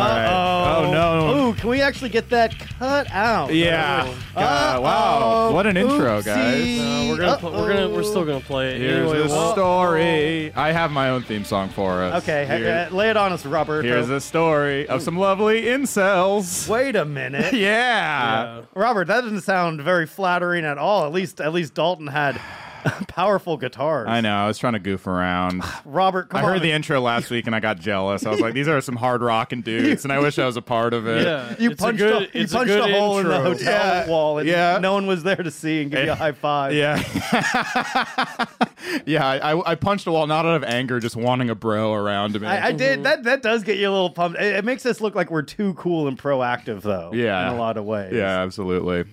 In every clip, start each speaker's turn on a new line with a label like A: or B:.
A: Oh,
B: Can we actually get that cut out? Oh.
A: Yeah. God, wow.
B: Uh-oh.
A: What an intro, guys.
B: Oopsie.
C: No, Uh, we're gonna pl- we're gonna we're still
B: Uh-oh.
C: gonna play it.
A: Here's
C: anyway,
A: the
C: well,
A: story. I have my own theme song for us.
B: Okay,
A: Here-
B: uh, lay it on us, Robert. Uh,
A: here's a story of some lovely incels.
B: Wait a minute.
A: Yeah.
C: uh,
B: Robert, that doesn't sound very flattering at all. At least, at least Dalton had powerful guitars.
A: I know. I was trying to goof around.
B: Robert, come
A: I
B: on.
A: heard the intro last week and I got jealous. I was like, these are some hard rocking dudes, and I wish I was a part of it.
C: yeah,
B: you
C: Uh, it's
B: punched
C: a,
B: a,
C: good,
B: you
C: it's
B: punched
C: a,
B: a,
C: good
B: hole in the
C: intro.
B: hotel
A: Yeah.
B: wall, and
A: Yeah.
B: no one was there to see and give you a high five.
A: Yeah. yeah, I, I- I punched a wall not out of anger, just wanting a bro around me.
C: Mm-hmm.
B: I, I did that. That does get you a little pumped. It, it makes us look like we're too cool and proactive, though.
A: Yeah.
B: in a lot of ways.
A: yeah, absolutely.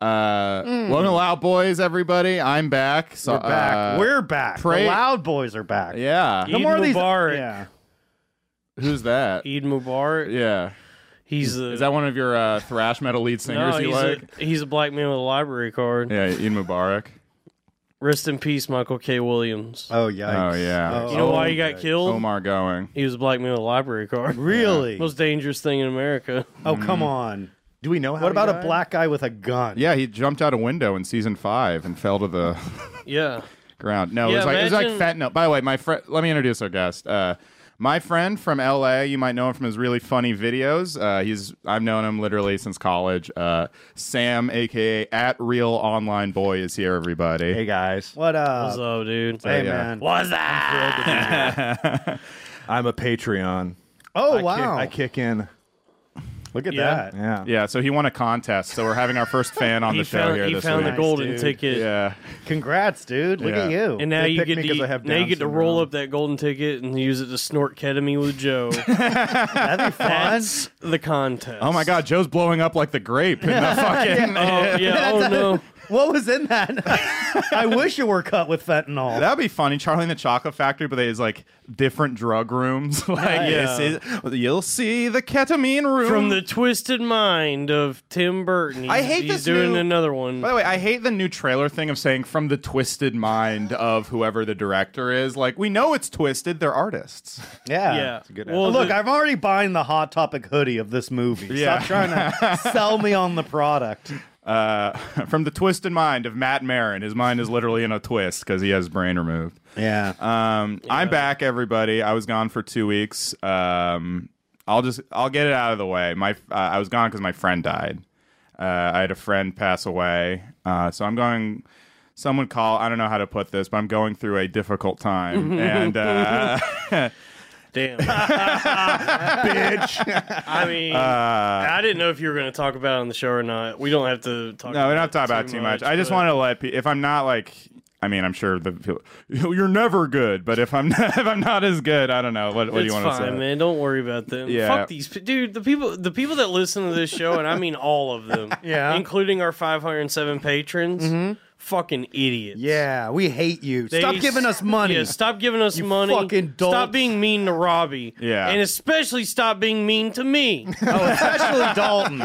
A: Uh, Welcome to Loud Boys, everybody. I'm back. So,
B: we're back.
A: uh,
B: we're back.
A: pray-
B: the Loud Boys are back.
A: Yeah.
B: No more of these.
C: Mubarak.
B: Yeah.
A: Who's that?
C: Eid Mubarak.
A: Yeah.
C: He's the
A: Is that one of your uh, thrash metal lead singers
C: no,
A: you
C: he's,
A: like?
C: a, he's a black man with a library card.
A: Yeah, Ian Mubarak.
C: Rest in peace, Michael K. Williams.
B: Oh yikes.
A: Oh, yeah.
C: you know why he got killed?
A: Omar going.
C: He was a black man with a library card.
B: Oh, Really?
C: Most dangerous thing in America.
B: Oh
C: Mm.
B: come on.
A: Do we know how
B: What about a black guy with a gun?
A: Yeah, he jumped out a window in season five and fell to the
C: Yeah.
A: ground. No, it
C: Yeah,
A: was like it was like
C: imagine-
A: fentanyl. By the way, my friend, let me introduce our guest. Uh, my friend from LA, you might know him from his really funny videos. Uh, he's I've known him literally since college. Uh, Sam, aka at Real Online Boy, is here. Everybody.
D: Hey guys,
B: What
A: Uh,
C: What's
B: up?
C: up, dude?
B: Hey
A: yeah.
B: man.
C: What's that?
D: I'm a Patreon.
B: Oh
D: I
B: wow.
D: kick, I kick in.
B: Look at
C: Yeah.
B: that.
D: Yeah,
A: Yeah, so he won a contest. So we're having our first fan on
C: he
A: the show
C: found,
A: here
C: he
A: this
C: found
A: week.
C: the golden
B: Nice, dude.
C: ticket.
A: Yeah,
B: Congrats, dude. Look
A: Yeah.
B: at you.
C: And now
D: They
C: you
D: picked
C: get
D: me
C: to
D: 'cause I
C: eat-
D: have
C: now you
D: Down
C: get to roll
D: syndrome.
C: up that golden ticket and use it to snort ketamine with Joe.
B: That'd be fun.
C: That's the contest.
A: Oh my God, Joe's blowing up like the grape in the fucking.
C: Oh yeah. oh no.
B: what was in that? I wish it were cut with fentanyl.
A: That'd be funny, Charlie and the Chocolate Factory, but there's like different drug rooms. like
C: Yeah.
A: this is- you'll see the ketamine room
C: From the twisted mind of Tim Burton.
A: Mm. I
C: He's-
A: hate
C: he's
A: this
C: doing
A: new-
C: another one.
A: By the way, I hate the new trailer thing of saying from the twisted mind of whoever the director is. Like we know it's twisted; they're artists.
B: yeah.
C: yeah.
D: good
C: well,
B: Look,
C: the-
B: I'm already buying the Hot Topic hoodie of this movie.
A: Yeah.
B: Stop trying to sell me on the product.
A: Uh, from the twisted mind of Matt Marin, his mind is literally in a twist because he has his brain removed.
C: Uh,
B: Yeah.
A: Um, I'm back, everybody. I was gone for two weeks. Um, I'll just I'll get it out of the way. My uh, I was gone because my friend died. Uh, I had a friend pass away, uh, so I'm going. Someone call. I don't know how to put this, but I'm going through a difficult time, and uh,
C: damn. Bitch. I mean,
A: Uh,
C: I didn't know if you were going to talk about it on the show or not. We don't have to talk.
A: No,
C: about
A: we don't have to talk
C: it
A: about it too much. I just
C: but-
A: want to let pe- if I'm not like I mean I'm sure the people- you're never good, but if I'm not, if I'm not as good, I don't know what what do you
C: it's
A: want to
C: fine,
A: say.
C: man. Don't worry about them.
A: Yeah.
C: Fuck these pe- dude. The people, the people that listen to this show, and I mean all of them,
B: Yeah.
C: including our 507 patrons,
A: Mm-hmm.
C: fucking idiots.
B: yeah. We hate you.
C: They
B: Stop
C: s-
B: giving us money.
C: Yeah, stop giving us
B: You
C: money.
B: fucking dolts.
C: Stop being mean to Robbie.
A: Yeah.
C: and especially stop being mean to me.
B: Oh, especially Dalton.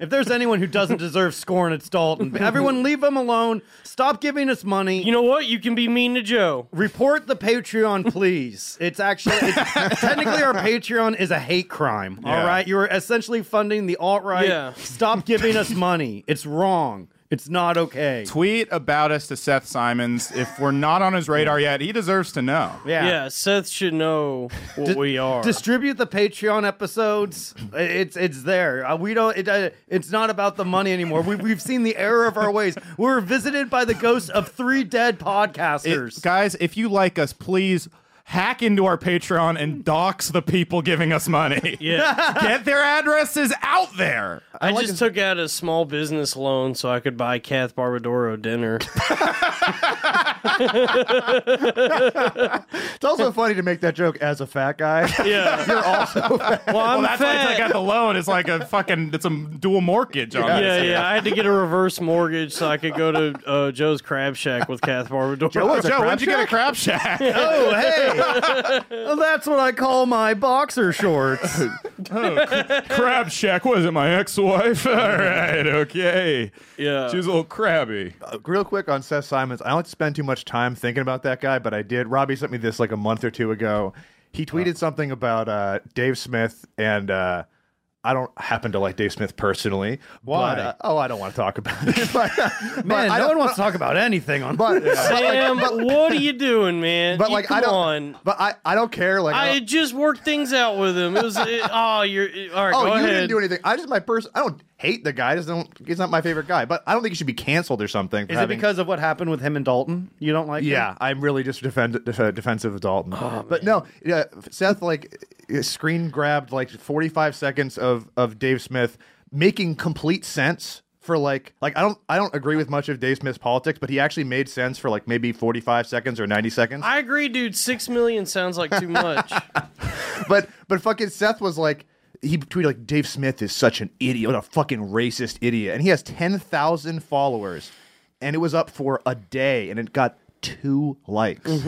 B: If there's anyone who doesn't deserve scorn, it's Dalton. Everyone, leave him alone. Stop giving us money.
C: you know what? You can be mean to Joe.
B: Report the Patreon, please. It's actually it's, technically our Patreon is a hate crime.
A: Yeah.
B: All right, you are essentially funding the alt right.
C: Yeah.
B: Stop giving us money. It's wrong. It's not okay.
A: Tweet about us to Seth Simons if we're not on his radar yet. He deserves to know.
B: Yeah.
C: Yeah, Seth should know what
B: Di-
C: we are.
B: Distribute the Patreon episodes. It's it's there. Uh, we don't. It, uh, it's not about the money anymore. We, we've seen the error of our ways. We were visited by the ghosts of three dead
A: It-
B: podcasters.
A: guys, if you like us, please hack into our Patreon and dox the people giving us money.
C: yeah,
A: Get their addresses out there.
C: I, just took out a small business loan so I could buy Kath Barbadoro dinner.
D: it's also funny to make that joke as a fat guy.
C: Yeah, you're also. Well, I'm
A: Well, that's why I
C: fat.
A: got the loan. It's like a fucking it's a dual mortgage on
C: yeah,
A: this.
C: yeah. I had to get a reverse mortgage so I could go to uh, Joe's Crab Shack with Kath Barbadoro.
A: Oh,
D: a
A: Joe,
D: crab
A: when'd you get a crab shack?
B: oh hey, Well, that's what I call my boxer shorts.
A: crab shack. Was it my ex-wife? All right, okay.
C: Yeah.
A: She was a little crabby.
D: Uh, Real quick on Seth Simons, I don't spend too much time thinking about that guy, but I did. Robbie sent me this like a month or two ago. He tweeted something about uh, Dave Smith and uh, I don't happen to like Dave Smith personally.
B: Why?
D: But, uh, oh, I don't want to talk about it. But, but
B: Man,
D: I
B: no
D: don't-
B: one wants to talk about anything on.
D: But,
C: Sam, what are you doing, man?
D: but
C: You-
D: like
C: come
D: I don't.
C: on.
D: But I, I don't care. Like
C: I
D: don't-
C: had just worked things out with him. It was it, oh, you're it- all right.
D: Oh,
C: go
D: you
C: ahead.
D: didn't do anything. I just my person. I don't hate the guy. I just don't. He's not my favorite guy. But I don't think he should be canceled or something. for
B: is it
D: having-
B: because of what happened with him and Dalton? You don't like? him?
D: Yeah, I'm really just defend, def- uh, defensive of Dalton.
B: Oh,
D: but no, yeah, Seth like uh, screen grabbed like 45 seconds of of Dave Smith making complete sense for like like I don't I don't agree with much of Dave Smith's politics, but he actually made sense for like maybe 45 seconds or 90 seconds.
C: I agree, dude. Six million sounds like too much.
D: but but fucking Seth was like he tweeted like Dave Smith is such an idiot, what a fucking racist idiot, and he has ten thousand followers, and it was up for a day, and it got two likes.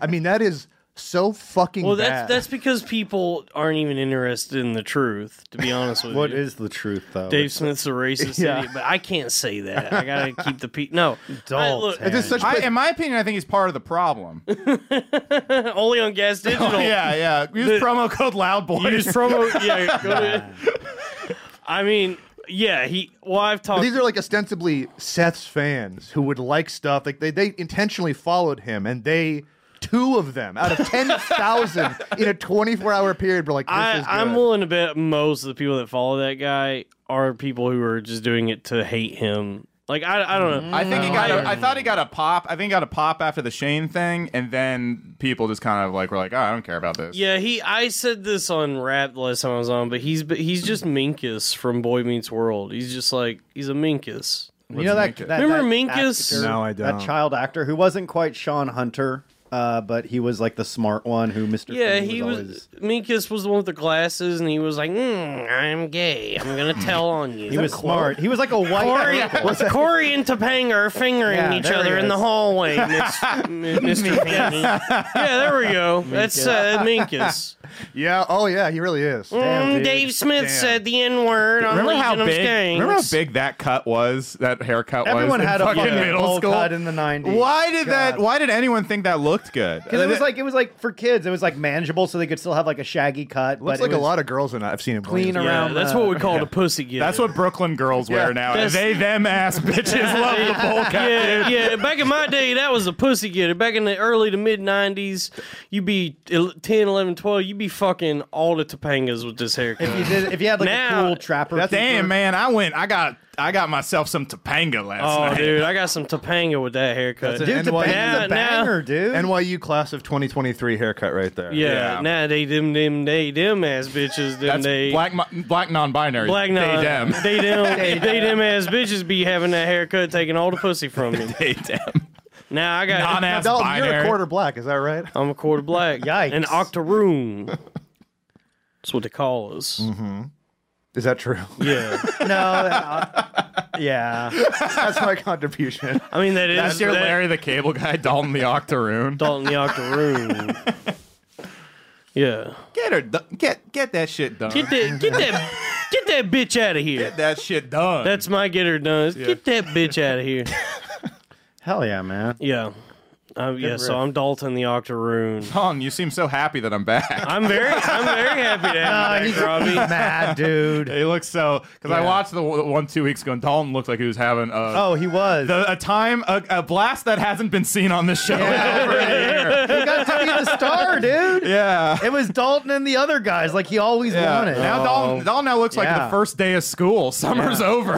D: I mean, that is so fucking
C: well,
D: bad.
C: that's that's because people aren't even interested in the truth. To be honest with
B: What
C: you,
B: is the truth, though?
C: Dave Smith's a racist
D: Yeah.
C: idiot, but I can't say that. I gotta keep the pe. No, I,
B: Don't,
C: look,
B: Tanner.
D: It's just such.
A: I, in my opinion, I think he's part of the problem.
C: only on Gas
D: Oh,
C: Digital.
A: yeah, yeah. Use promo code
C: You
A: Loudboy.
C: just promo. Yeah, go to. I mean, yeah. He. Well, I've talked.
D: these are like ostensibly Seth's fans who would like stuff like they they intentionally followed him, and they. Two of them out of ten thousand in a twenty-four hour period were like, "This is
C: I, I'm
D: good.
C: willing to bet most of the people that follow that guy are people who are just doing it to hate him. Like I, I
B: Mm-hmm.
C: don't know.
A: I think he got. A, I thought he got a pop. I think he got a pop after the Shane thing, and then people just kind of like were like, "Oh, I don't care about this."
C: yeah, he. I said this on rap the last time I was on, but he's but he's just Minkus from Boy Meets World. He's just like he's a Minkus.
B: You know that,
A: Minkus.
B: that
C: Remember
B: that
C: Minkus?
B: actor-
D: No, I
B: That
D: don't.
B: child actor who wasn't quite Sean Hunter, uh, but he was like the smart one who Mr.
C: Yeah,
B: Feeney
C: he
B: was.
C: was,
B: always-
C: Minkus was the one with the glasses, and he was like, mm, "I'm gay. I'm gonna tell on you."
B: he was smart. He was like a white.
C: Corey,
B: uncle.
C: Corey and Topanga are fingering
B: Yeah,
C: each
B: there
C: other
B: he
C: in the
B: is.
C: hallway, Miss- M- Mr. Feeney. Yeah, there we go. That's uh, Minkus.
D: yeah, oh yeah, he really is.
B: Damn,
C: Mm,
B: dude.
C: Dave Smith said the N word on
A: Remember how
C: Legion of
A: big?
C: Skanks.
A: Remember how big that cut was? That haircut
B: Everyone
A: was. in
B: had a
A: fucking
B: fucking
A: middle
B: bowl
A: school
B: cut in the 90s.
A: Why did that?
B: God.
A: Why did anyone think that looked good?
B: Because it was like it was like for kids, it was like manageable, so they could still have like a shaggy cut.
D: Looks
B: but
D: like
B: it
D: a
B: was
D: lot of girls in I've seen him
B: clean
C: Yeah,
B: around.
C: that's
B: the-
C: what we call it a pussy gift.
A: That's what Brooklyn girls wear now.
C: That's-
A: they them ass bitches love the bowl cut. dude.
C: yeah, yeah, back in my day, that was a pussy getter. Back in the early to mid 90s, you'd be el- 10, 11, 12, you'd be fucking all the Topangas with this haircut.
B: If you did, if you had like
C: Now-
B: a cool trapper. keeper.
A: Damn man, I went. I got. I got myself some Topanga last
C: Oh,
A: night.
C: dude, I got some Topanga with that haircut.
D: That's
B: dude, the
D: NYU
B: banger's a
C: Now- now-
B: banger, dude.
D: NYU class of 2023 haircut right there.
C: Yeah,
A: Yeah.
C: nah, they them them they them ass bitches. Them
A: That's
C: they
A: black mo- black non-binary.
C: black
A: They
C: nah,
A: them.
C: they them they them ass bitches be having that haircut, taking all the pussy from me.
A: They them.
C: Now I got
A: Non-ass
D: Dalton, you're
A: binary.
D: a quarter black, is that right?
C: I'm a quarter black.
B: Yikes.
C: an octoroon. That's what they call us.
A: Mm-hmm.
D: Is that true?
C: Yeah,
B: no, uh, yeah.
D: That's my contribution.
C: I mean that is
A: That's your
C: that-
A: Larry the Cable Guy, Dalton the Octoroon.
C: Dalton the octoroon. yeah,
A: Get her, do- get get that shit done.
C: get that get that get that bitch out of here.
A: that shit done.
C: That's my get her done. is Get that bitch out of here.
B: Hell yeah, man.
C: Yeah. Um, yeah, so I'm Dalton the Octoroon.
A: Dalton, you seem so happy that I'm back.
C: I'm very, I'm very happy to have you back, Robbie.
B: Mad dude.
A: He looks so because I watched the w- one two weeks ago, and Dalton looked like he was having a
B: Oh, he was.
A: the, a time a, a blast that hasn't been seen on this show. Yeah.
B: he got to be the star, dude. It was Dalton and the other guys, like he always
A: Yeah.
B: wanted.
A: Now
C: Oh.
A: Dalton, Dalton now looks like
B: Yeah.
A: the first day of school. Summer's over.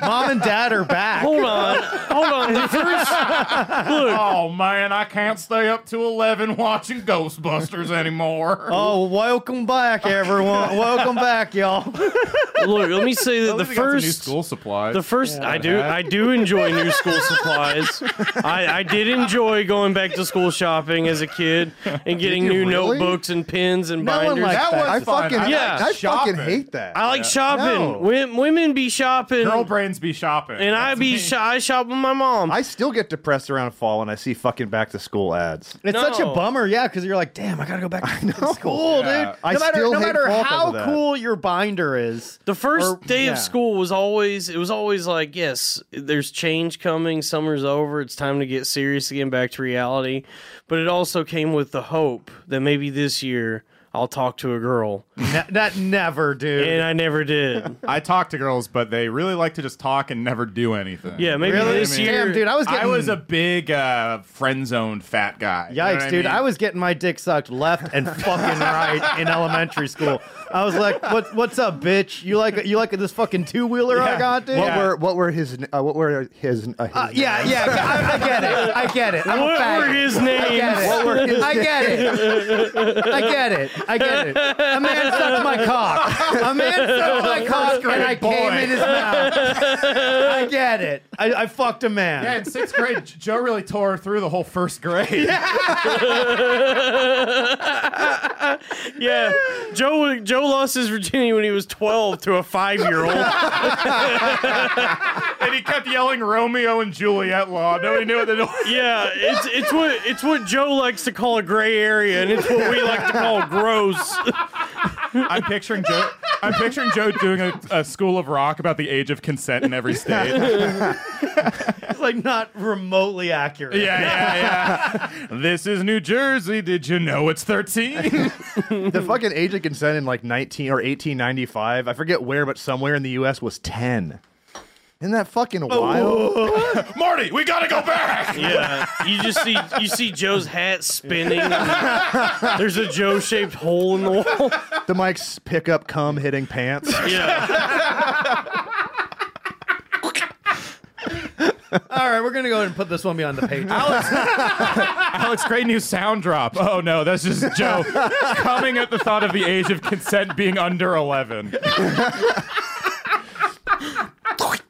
B: Mom and dad are back.
C: Hold on, hold on. The first,
A: oh man, I can't stay up to eleven watching Ghostbusters anymore.
B: Oh, welcome back, everyone. welcome back, y'all.
C: look, let me say that
A: At
C: the
A: least they got some new
C: first,
A: school supplies.
C: the first, I do, I do enjoy new school supplies. I, I did enjoy going back to school shopping as a kid and getting
D: Did you
C: new
D: really?
C: notebooks and pens and
B: No one
C: binders.
B: likes-
A: that
B: That's
A: was
D: I
A: fun.
D: fucking,
A: I
C: Yeah.
A: like
D: I
A: shopping.
D: fucking hate that.
C: I like shopping.
D: No.
C: Wom- women be shopping,
A: Girl brains be shopping.
C: and I
A: That's
C: be
A: me.
C: sh- I shop with my mom.
D: I still get depressed around fall when I see fucking back to school ads.
B: It's such a
C: No.
B: bummer, yeah, because you're like, damn, I gotta go back to fucking school,
A: Yeah.
B: dude.
D: I
B: no matter,
D: still
B: no
D: hate
B: matter
D: fall 'cause of
B: how
D: that.
B: cool your binder is,
C: The first
B: Or-
C: day
B: yeah.
C: of school was always it was always like, yes, there's change coming, summer's over, it's time to get serious again back to reality. But it also came with the hope that maybe this year I'll talk to a girl,
D: Ne- that never, dude.
C: and I never did.
A: I talk to girls, but they really like to just talk and never do anything.
C: Yeah, maybe
A: Really?
C: this
A: I mean-
C: year,
B: Damn, dude, I was getting
A: I was a big uh, friend zone fat guy. You know
B: Yikes,
A: what I
B: dude!
A: mean?
B: I was getting my dick sucked left and fucking right in elementary school. I was like, "What? What's up, bitch? You like you like this fucking two wheeler I
A: Yeah.
B: got, dude?"
D: What
A: Yeah.
D: were what were his uh, what were his, uh, his
B: Uh, yeah, yeah, I, I get it. I get it. I'm a
C: what
B: faggot.
C: were his
B: I get it.
C: names?
B: I get it. I get it. I get it. A man sucked my cock. A man sucked my cock and I came
A: boy.
B: in his mouth. I get it. I, I fucked a man.
A: Yeah, in sixth grade, J- Joe really tore her through the whole first grade. Yeah.
C: Yeah, Joe Joe lost his virginity when he was twelve to a five year old.
A: and he kept yelling Romeo and Juliet law. Nobody knew what the door.
C: Yeah, it's it's what it's what Joe likes to call a gray area, and it's what we like to call gross.
A: I'm picturing Joe. I'm picturing Joe doing a, a school of rock about the age of consent in every state. yeah,
B: It's like not remotely accurate.
A: yeah, yeah. This is New Jersey. Did you know it's 13?
D: the fucking age of consent in like 19 or 1895 i forget where but somewhere in the us was 10 isn't that fucking wild
A: Marty, we gotta go back.
C: Yeah, you just see you see Joe's hat spinning. and there's a Joe shaped hole in the wall.
D: the mike's pickup cum hitting pants
C: Yeah,
B: All right, we're gonna go ahead and put this one behind the page.
A: Alex, Oh, great new sound drop. Oh no, that's just Joe coming at the thought of the age of consent being under 11.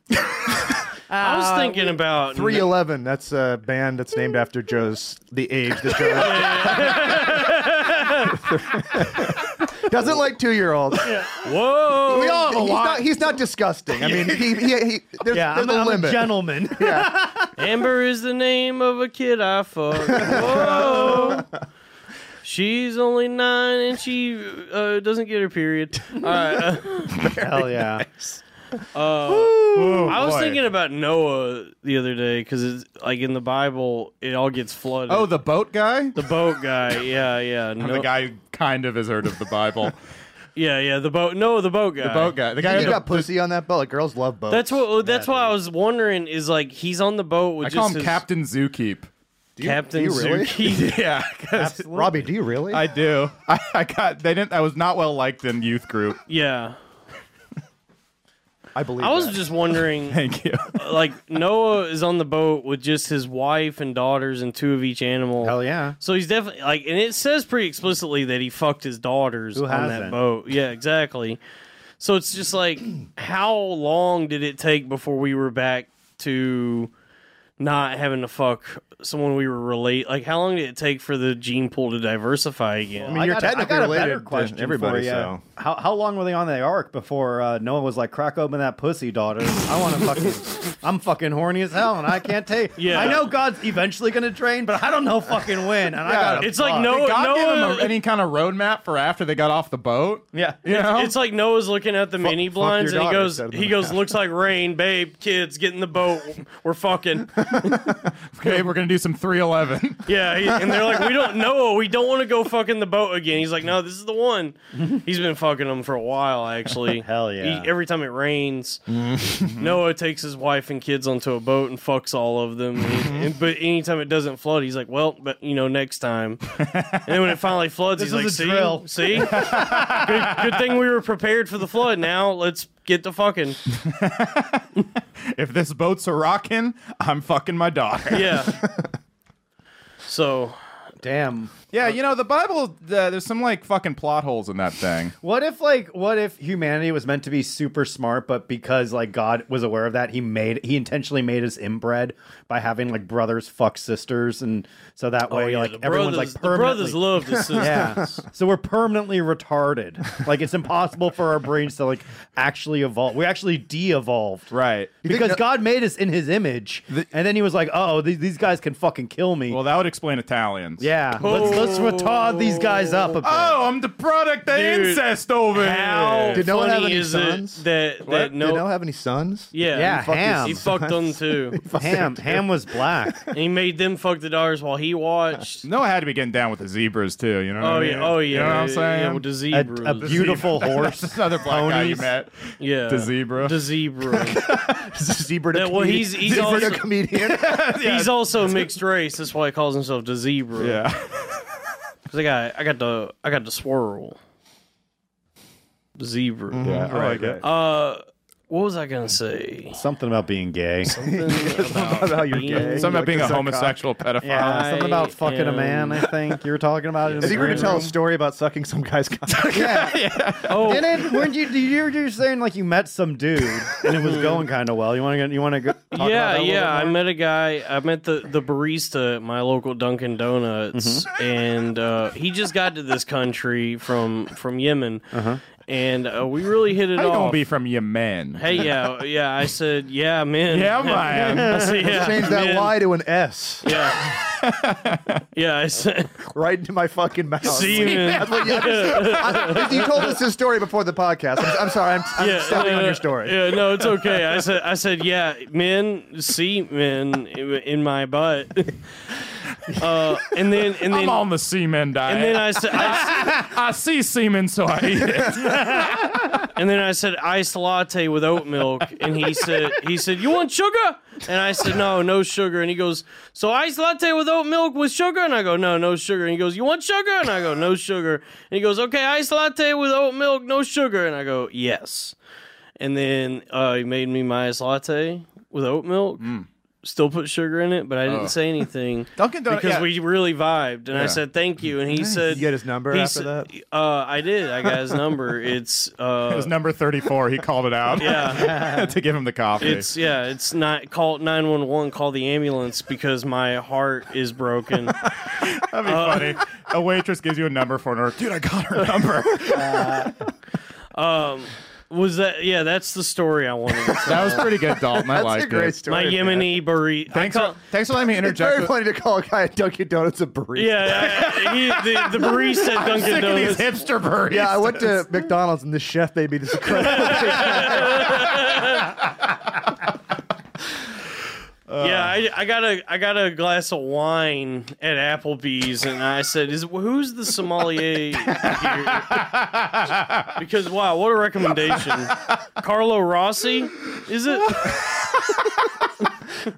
C: I was thinking about
D: 311 that's a band that's named after joe's the age that joe doesn't like two-year-olds
C: Whoa.
D: we
A: all have a
D: he's
A: lot.
D: not he's not disgusting i mean he, he, he there's,
B: yeah,
D: there's
B: I'm,
D: a
B: I'm
D: limit
B: a gentleman.
C: Amber is the name of a kid I fucked. Whoa. She's only nine and she uh, doesn't get her period. All right. uh,
B: Hell yeah.
A: Oh,
C: I was
A: boy.
C: thinking about Noah the other day because it's like in the Bible, it all gets flooded.
A: Oh, the boat guy?
C: the boat guy. Yeah, yeah. No,
A: I'm the guy who kind of has heard of the Bible.
C: Yeah, yeah. The boat. No, the boat guy.
A: the boat guy. The guy
D: you
A: who
D: got pussy on that boat like girls love boats
C: That's what. That's why I was wondering. Is like he's on the boat with
A: I
C: just
A: call him
C: his
A: Captain Zookeep.
C: Captain
D: do you really?
C: Zuki.
A: Yeah, 'cause
D: robbie do you really
A: I do. I, I got they didn't I was not well liked in youth group.
C: yeah.
D: I believe
C: I was
D: that.
C: just wondering.
A: Thank you.
C: like Noah is on the boat with just his wife and daughters and two of each animal.
B: Hell yeah.
C: So he's definitely like, and it says pretty explicitly that he fucked his daughters
B: Who
C: on that
B: hasn't?
C: boat. Yeah, exactly. So it's just like, how long did it take before we were back to not having to fuck someone we were relate? Like, how long did it take for the gene pool to diversify again?
D: mean, you're
B: got a-
D: technically
B: got a
D: related
B: better
D: to
B: question for
D: everybody,
B: ya.
D: so.
B: how how long were they on the ark before uh, Noah was like, "Crack open that pussy, daughter. I want to fucking, I'm fucking horny as hell, and I can't take.
C: Yeah.
B: I know God's eventually gonna drain, but I don't know fucking when. And I
A: Yeah.
B: got
C: it's like
A: Did
C: Noah.
A: God
C: Noah
A: give him a, any kind of roadmap for after they got off the boat?
B: yeah.
A: You know?
C: It's like Noah's looking at the mini
D: fuck
C: blinds
D: your
C: and he
D: daughter,
C: goes,
D: said the
C: he goes, looks like rain, babe, kids, get in the boat, we're fucking.
A: okay, we're gonna do some 311.
C: Yeah, he, and they're like, we don't know, we don't want to go fucking the boat again. He's like, no, this is the one. He's been fucking them for a while, actually.
B: Hell yeah.
C: He- every time it rains, Noah takes his wife and kids onto a boat and fucks all of them. And- and- but anytime it doesn't flood, he's like, well, but you know, next time. And then when it finally floods, he's
B: is
C: like,
B: a
C: see,
B: drill."
C: see, good, good thing we were prepared for the flood. Now let's get to fucking.
A: if this boat's a rockin', I'm fucking my daughter.
C: Yeah. So
B: Damn.
A: Yeah, you know the Bible. Uh, there's some like fucking plot holes in that thing.
B: What if like what if humanity was meant to be super smart, but because like God was aware of that, he made he intentionally made us inbred by having like brothers fuck sisters, and so that way
C: Oh, yeah,
B: like
C: the
B: everyone's
C: brothers,
B: like
C: the
B: permanently
C: brothers love the sisters.
B: Yeah. So we're permanently retarded. Like it's impossible for our brains to like actually evolve. We actually de-evolved.
A: Right.
B: Because God made us in his image. and then he was like, "Oh, these, these guys can fucking kill me."
A: Well, that would explain Italians.
B: yeah. Let's, let's retard these guys up a bit.
A: Oh, I'm the product of
C: Dude,
A: incest over
C: How
A: here.
D: Did no one
C: funny
D: have any
C: is
D: sons?
C: it that that
D: Did
C: no?
D: Noah have any sons?
C: yeah,
B: yeah,
C: he fucked-
B: ham.
C: He fucked them too.
B: ham, ham was black.
C: and he made them fuck the daughters while he watched.
A: Noah had to be getting down with the zebras too. You know?
C: Oh
A: what I
C: yeah,
A: mean?
C: oh yeah.
A: You know what I'm saying?
C: Yeah, with the
B: a,
C: zebras.
B: a beautiful horse.
A: That's another black guy you
B: Ponies.
A: met.
C: yeah,
A: The zebra.
C: The zebra.
D: Zebra to
C: Yeah, well,
D: comedian.
C: he's- he's
D: Zebra to
C: also-
D: comedian.
C: He's also mixed race. That's why he calls himself the zebra.
A: yeah.
C: Cause I got I got the I got the swirl. The zebra.
A: Yeah, I like it.
C: Uh, what was I gonna say?
B: Something about being gay.
D: about you're gay.
A: Something about
D: Like
A: being
D: a
A: a
D: psycho-
A: homosexual pedophile.
B: Yeah, something about fucking a man.
C: am-
B: I think you were talking about it. In
D: Is
B: the
D: he going
B: green
D: to tell a
B: room.
D: story about sucking some guy's cock?
C: Oh,
B: And then weren't you? You were just saying like you met some dude and it was going kind of well. You want to? You want to? go talk about that
C: yeah,
B: a little
C: yeah. I
B: more?
C: met a guy. I met the the barista at my local Dunkin' Donuts, and uh, he just got to this country from from Yemen, and uh, we really hit it
A: How you
C: off.
A: gonna be from Yemen?
C: hey, yeah, yeah. I said, yeah, man.
A: Yeah, man.
C: I said, yeah,
D: Change that
C: man.
D: Y to an S
C: Yeah. yeah, I said,
D: right into my fucking mouth.
C: see, man.
D: That's what you, I, you told us this story before the podcast. I'm, I'm sorry. I'm, I'm stepping on
C: uh,
D: your story.
C: Yeah, no, it's okay. I said, I said, yeah, men, see, men in in my butt. Uh, and then, and
A: I'm
C: then,
A: on the semen diet.
C: and then I said, I,
A: I see semen, so I eat it.
C: and then I said iced latte with oat milk, and he said, he said, you want sugar? And I said, no, no sugar. And he goes, so iced latte with oat milk with sugar? And I go, no, no sugar. And he goes, you want sugar? And I go, no sugar. And he goes, okay, iced latte with oat milk, no sugar. And I go, yes. And then uh, he made me my iced latte with oat milk. Still put sugar in it, but I didn't say anything
A: Mm. Oh. Dunkin' Donuts.
C: because
A: yeah.
C: we really vibed. And I said thank you, and he said
D: You get his number
C: he
D: after
C: said-
D: that?
C: Uh, I did. I got his number. It's
A: It was
C: uh,
A: number 34. He called it out
C: yeah,
A: to give him the coffee.
C: it's yeah, it's not call nine one one. Call the ambulance because my heart is broken.
A: That'd be funny. A waitress gives you a number for an order. Dude, I got her number.
C: Was that yeah? That's the story I wanted. to tell.
A: that was pretty good, Dalton. I
D: That's
A: liked
D: a great
A: it.
C: My
D: story. man.
C: Yemeni burrito.
A: Thanks, for, thanks for letting me
D: It's very
A: interject. with-
D: funny to call a guy at Dunkin' Donuts a burrito.
C: Yeah, I- he, the, the barista at Dunkin'
A: Sick of these
C: Donuts.
A: hipster burritos.
D: Yeah, I went to McDonald's and the chef made me this incredible.
C: Yeah, I, I got a I got a glass of wine at Applebee's, and I said, "Is who's the sommelier?" here?" Because wow, what a recommendation! Carlo Rossi, is it?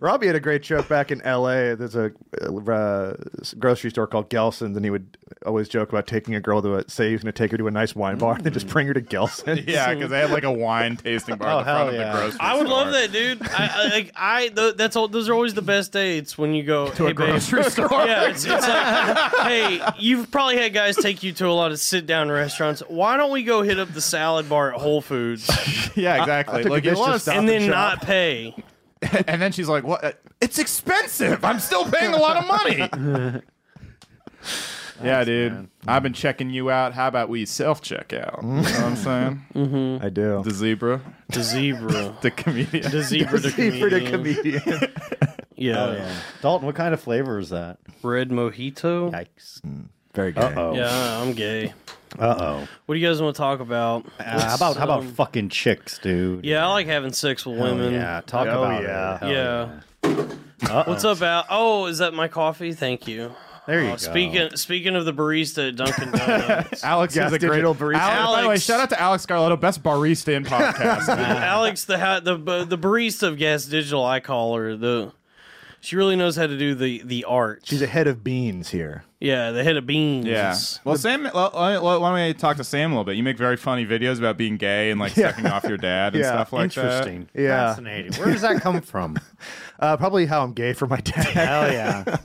D: Robbie had a great joke back in L.A. There's a uh, grocery store called Gelson's, and he would always joke about taking a girl to a say he was going to take her to a nice wine bar, and then just bring her to Gelson's.
A: Mm. Yeah, because they had like a wine tasting bar
B: Oh,
A: at the front
B: hell
A: of
B: yeah.
A: the grocery
C: I would love
A: store.
C: that, dude. I, I like I th- that's all. Those are always the best dates when you go
A: To
C: hey,
A: a
C: babe."
A: grocery store.
C: Yeah, it's, it's like, hey, you've probably had guys take you to a lot of sit down restaurants. Why don't we go hit up the salad bar at Whole Foods
A: Yeah, exactly.
D: took a
A: Like, you
D: bitch to
A: lost-
D: Stop
C: and
D: and
C: then
D: shop.
C: not pay?
A: and then she's like, "What? It's expensive. I'm still paying a lot of money." yeah, dude. I've been checking you out. How about we self check out? You know what I'm saying?
D: I do.
A: The zebra,
C: The zebra.
A: the comedian.
C: The zebra to
D: For the
C: comedian.
D: comedian.
C: Yeah.
B: Oh, yeah. Dalton, what kind of flavor is that?
C: Red mojito.
B: Yikes.
D: Very good.
B: Uh oh.
C: Yeah, I'm gay.
B: Uh oh.
C: What do you guys want to talk about?
B: How about how about
C: Um,
B: fucking chicks, dude?
C: Yeah, I like having sex with
B: Hell
C: women.
B: yeah. Talk
D: Oh,
B: about
D: yeah.
B: it. Hell
C: Yeah.
B: Uh-oh.
C: What's up, Al? Oh, is that my coffee? Thank you.
B: There you
D: Oh,
B: go.
C: Speaking speaking of the barista at Dunkin' Donuts,
A: Alex
D: Yes,
A: is a great
D: digital barista.
A: Alex, By the way,
C: Alex.
A: shout out to Alex Scarletto, best barista in podcast.
C: Alex the ha- the bu- the barista of Gas Digital, I call her the. She really knows how to do the the art.
D: She's a head of beans here.
C: yeah, the head of beans.
A: yeah. Well, Sam, well, why why don't we talk to Sam a little bit? You make very funny videos about being gay and like sucking off your dad and
D: Yeah.
A: stuff like
B: Interesting.
D: uh, Yeah.
B: Fascinating. Where does that come from?
D: Uh, probably how I'm gay for my dad.
B: Hell yeah.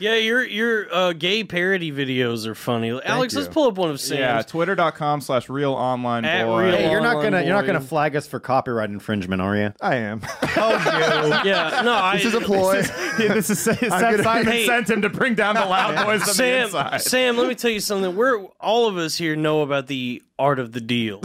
C: yeah. Your your uh, gay parody videos are funny. Alex,
D: you.
C: let's pull up one of
A: that. Yeah.
C: Sam's.
A: Twitter.com slash real online
C: At
A: boy.
C: real-
B: Hey, you're not
C: Online
B: gonna you're not gonna
C: boy.
B: flag us for copyright infringement, are you?
D: I am.
C: Yeah, no, I,
D: This is a ploy.
A: Yeah, this is Seth
D: gonna-
A: Simon
C: Hey.
A: sent him to bring down the loud boys from the
C: Sam,
A: inside.
C: Sam, let me tell you something. We're all of us here know about the art of the deal.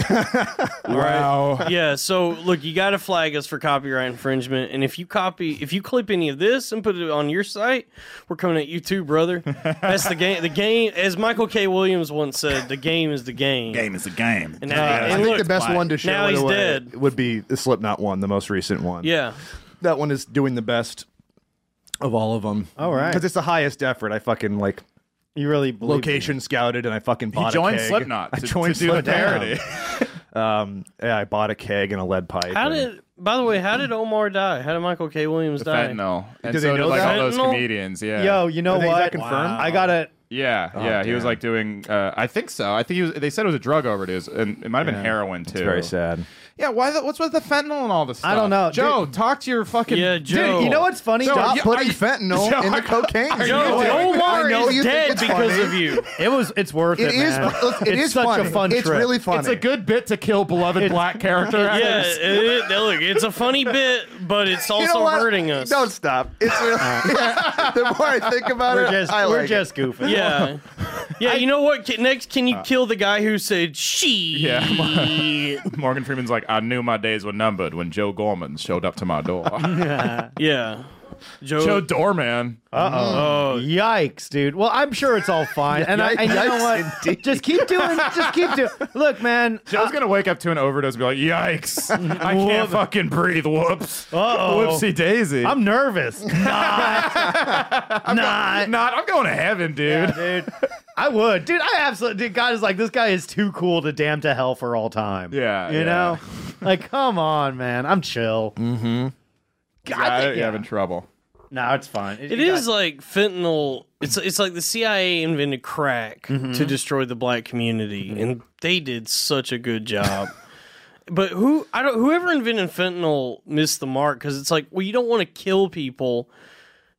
A: Wow.
C: yeah. So look, you got to flag us for copyright infringement, and if you copy, if you clip any of this and put it on your site, we're coming at you too, brother. That's the game. The game, as Michael K. Williams once said, the game is the game.
A: game is a game.
C: And now-
A: Yeah.
C: and
D: I think
C: look,
D: the best
A: why-
D: one to show
C: now
D: it
C: he's
D: away
C: dead.
D: would be the Slipknot one, the most recent one.
C: Yeah.
D: that one is doing the best of all of them.
B: All right.
D: because it's the highest effort. I fucking like
B: You really believe
D: location scouted and I fucking bought.
A: he joined
D: a keg.
A: Slipknot
D: I
A: to,
D: joined
A: to do the parody.
D: Slipknot. Um, yeah, I bought a keg and a lead pipe.
C: How
D: and-
C: did? By the way, how did Omar die? How did Michael K. Williams die?
A: Fentanyl. And
D: Did they
A: so did
D: know
A: like
D: that?
A: all those
C: Fentanyl?
A: comedians. Yeah.
B: Yo, you know
D: Are they- is
B: what?
D: that confirmed?
B: I got it.
A: Yeah,
D: Oh,
A: yeah. He was like doing. Uh, I think so. I think he was. They said it was a drug overdose, and it might have been heroin too.
D: It's very sad.
A: Yeah. Why? The, what's with the fentanyl and all this? Stuff?
B: I don't know.
A: Joe, talk to your fucking.
C: Yeah, Joe.
B: You know what's funny?
A: So,
B: Doc?
A: you-
D: putting
A: are
D: fentanyl
A: Joe,
D: in the
A: are-
D: cocaine.
C: Yo,
A: doing it?
C: Omar
D: I know
C: is
D: you think
C: dead
D: it's
C: because
D: funny.
C: of you.
B: It was. It's worth it.
D: It is.
B: man.
D: It
B: it's
D: is
B: such
D: funny.
B: a fun
D: It's
B: trip.
D: really funny.
A: It's a good bit to kill beloved black character.
C: Yeah,
A: actors.
C: it, it- look, it's a funny bit, but it's
D: You know
C: also
D: what?
C: hurting us.
D: Don't stop. It's really, yeah, the more I think about
B: We're
D: it,
B: just.
D: I
B: we're
D: like
B: just goofing.
C: Yeah, yeah. You know what? Can, next, can you kill the guy who said she?
A: Yeah. Morgan Freeman's like, I knew my days were numbered when Joe Gorman showed up to my door.
C: yeah. Joe,
A: Joe Doorman.
B: Uh-oh. Oh, Yikes, dude. Well, I'm sure it's all fine. And I, and you know
D: Yikes,
B: what? Just keep doing. Just keep doing. Look, man.
A: Joe's gonna wake up to an overdose and be like, "Yikes! I can't fucking breathe. Whoops!
B: Uh-oh.
A: Whoopsie daisy!
B: I'm nervous. Not. not.
A: not. I'm going to heaven, dude.
B: Yeah, dude. I would, dude. I absolutely. Dude, God is like this guy is too cool to damn to hell for all time.
A: Yeah,
B: you
A: yeah. Mm.
B: know, like come on, man. I'm chill. Mm-hmm. God,
A: I
B: yeah,
A: think you're having trouble.
B: no, it's fine.
C: It is like fentanyl. It's it's like the CIA invented crack
B: Mm-hmm.
C: to destroy the black community, and they did such a good job. but who I don't whoever invented fentanyl missed the mark because it's like well you don't want to kill people,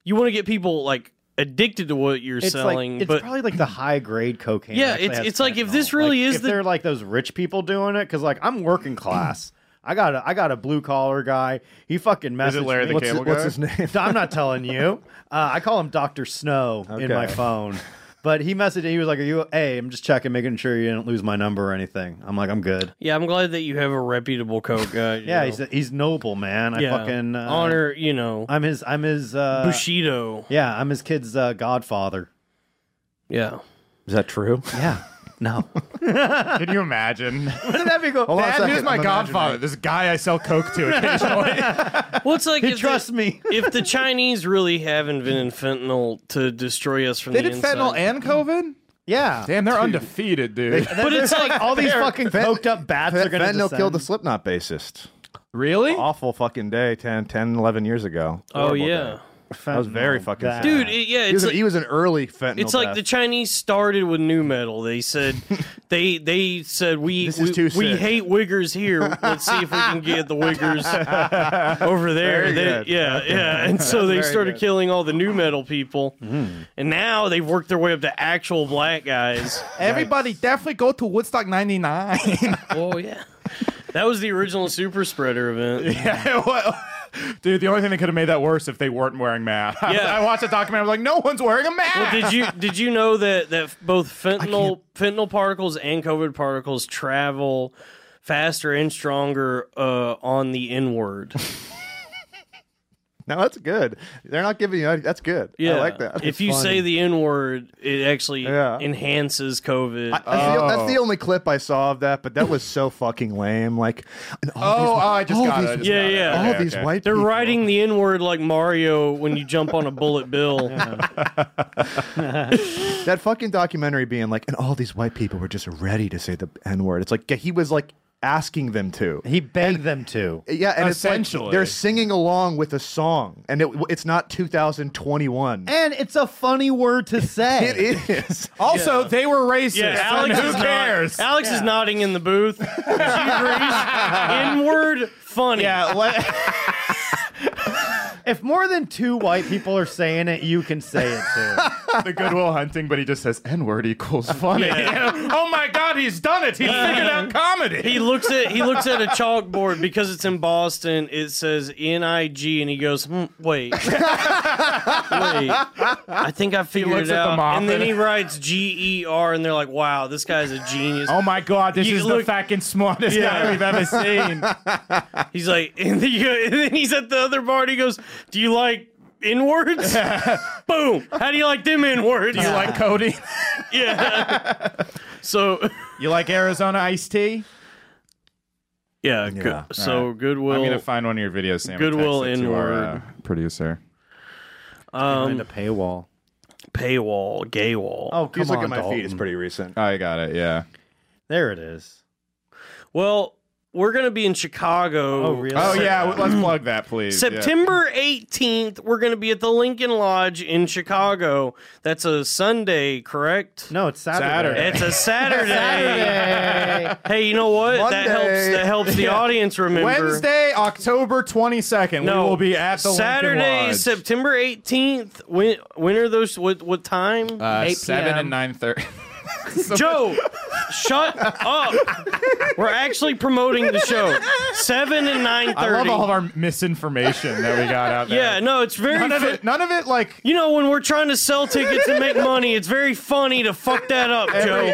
C: you want to get people like addicted to what you're
B: It's
C: selling.
B: like it's
C: but
B: probably like the high grade cocaine.
C: Yeah,
B: that actually
C: it's-
B: has
C: it's like if
B: fentanyl.
C: this really
B: Like,
C: is
B: if
C: the-
B: they're like those rich people doing it because like I'm working class. I got a I got a blue collar guy. He fucking messaged
A: Larry
B: me.
A: the Cable
D: What's
A: Guy?
D: his name?
B: I'm not telling you. Uh, I call him Doctor Snow in my
D: Okay.
B: phone. But he messaged. He was like, "Are you? Hey, I'm just checking, making sure you didn't lose my number or anything." I'm like, "I'm good."
C: yeah, I'm glad that you have a reputable coke guy. you
B: Yeah,
C: know.
B: he's he's noble, man. I
C: Yeah.
B: fucking uh,
C: honor you know
B: I'm his. I'm his. Uh,
C: Bushido.
B: yeah, I'm his kid's uh, godfather.
C: Yeah.
D: Is that true?
B: Yeah. No.
A: Can you imagine?
B: Wouldn't that be cool?
D: on a
A: Dad,
D: second,
A: who's my
D: I'm
A: godfather? This guy I sell coke to occasionally.
C: Well, it's like
B: He
C: if the-
B: trusts me.
C: if the Chinese really have invented fentanyl to destroy us from
A: they
C: the
A: did
C: inside,
A: fentanyl and COVID.
B: Yeah.
A: Damn, they're undefeated, dude.
C: but it's like
B: All these fucking coked up bats are
D: Fent-
B: gonna.
D: Fentanyl
B: descend.
D: killed the Slipknot bassist.
A: really?
D: Awful fucking day 10, 10 11 years ago.
C: oh
D: Horrible
C: yeah,
D: That was very fucking sad.
C: dude, it, yeah,
D: He
C: it's
D: was, an,
C: like,
D: he was an early fentanyl.
C: it's like the
D: death.
C: Chinese started with new metal. They said they they said we
D: This
C: we,
D: is too
C: we
D: sick.
C: hate Wiggers here. Let's see if we can get the Wiggers over there.
D: Very
C: They-
D: good.
C: Yeah, yeah. And so they
D: Very
C: started
D: good. Mm.
C: killing all the new metal people, and now they've worked their way up to actual black guys.
A: Everybody, definitely go to Woodstock '99.
C: oh yeah. That was the original super spreader event.
A: yeah, well, dude. The only thing that could have made that worse if they weren't wearing masks.
C: Yeah.
A: I watched a documentary. I was like, no one's wearing a mask.
C: Well, did you did you know that that both fentanyl fentanyl particles and COVID particles travel faster and stronger uh, on the N word?
D: No, that's good. They're not giving you. That's good. I like that.
C: If you say the N word, it actually
D: Yeah.
C: enhances COVID.
D: That's,
A: Oh.
D: the, that's the only clip I saw of that, but that was so fucking lame. Like, and all
A: Oh,
D: these,
A: oh, I just
D: all
A: got it.
D: these-
A: I just
C: Yeah,
A: got it.
C: yeah.
D: all
A: Okay,
D: these
A: okay.
D: white.
C: They're
D: people.
C: writing the N word like Mario when you jump on a bullet bill.
D: that fucking documentary being like, and all these white people were just ready to say the n word. It's like yeah, he was like asking them to.
B: He begged them to.
D: Yeah, and it's
A: Essentially.
D: like they're singing along with a song, and it, it's not 2021.
B: And it's a funny word to say.
D: It is.
A: Also, they were racist.
C: Yeah, Alex
A: and
C: is
A: who cares?
C: Not, Alex is nodding in the booth. N word funny.
A: yeah, let,
B: If more than two white people are saying it, you can say it too.
A: the Goodwill Hunting, but he just says N word equals funny. oh my God, he's done it! He figured out comedy.
C: He looks at he looks at a chalkboard because it's in Boston. It says N I G, and he goes, hmm, "Wait, wait, I think I figured
A: looks
C: it
A: at the
C: out."
A: mop
C: and then
A: and-
C: he writes G E R, and they're like, "Wow, this guy's a genius."
A: oh my God, this
C: You
A: is
C: look-
A: the fucking smartest
C: Yeah.
A: guy we've ever seen.
C: He's like, and then, you, and then he's at the other bar. and He goes, "Do you like?" Inwards, boom. How do you like them inwards?
A: you like Cody?
C: yeah. So,
A: You like Arizona iced tea?
C: yeah. good-
D: Yeah.
C: so Goodwill.
A: I'm gonna find one of your videos, Sam. and
C: Goodwill
A: text it to our,
C: N-word.
A: uh, producer.
B: Behind a paywall.
C: um, paywall, gay wall.
B: Oh, come
D: Just look
B: on,
D: at my
B: Dalton.
D: feet. It's pretty recent.
A: I got it. Yeah.
B: There it is.
C: Well, we're gonna be in Chicago.
B: Oh, really?
A: Oh
B: Sep-
A: yeah. w- Let's plug that, please. Yeah.
C: September 18th, we're going to be at the Lincoln Lodge in Chicago. That's a Sunday, correct?
B: No, it's Saturday.
C: It's a Saturday. Hey, you know what? That
D: Monday.
C: helps that helps the audience remember.
A: Wednesday, October 22nd.
C: No,
A: we will be at the
C: Saturday,
A: Lincoln Lodge.
C: September 18th. When when are those what what time?
A: uh,
B: 8
A: 7
B: p.m.
A: and 9.30.
C: Joe, shut up. We're actually promoting the show. 7 and 9:30.
A: I love all of our misinformation that we got out there.
C: yeah, no, it's very
A: None of
C: fa-
A: it, none of it like
C: You know, when we're trying to sell tickets and make money, it's very funny to fuck that up, Joe.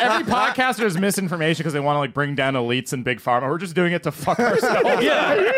A: every podcaster is misinformation because they want to like bring down elites and big pharma. We're just doing it to fuck ourselves.
C: Yeah.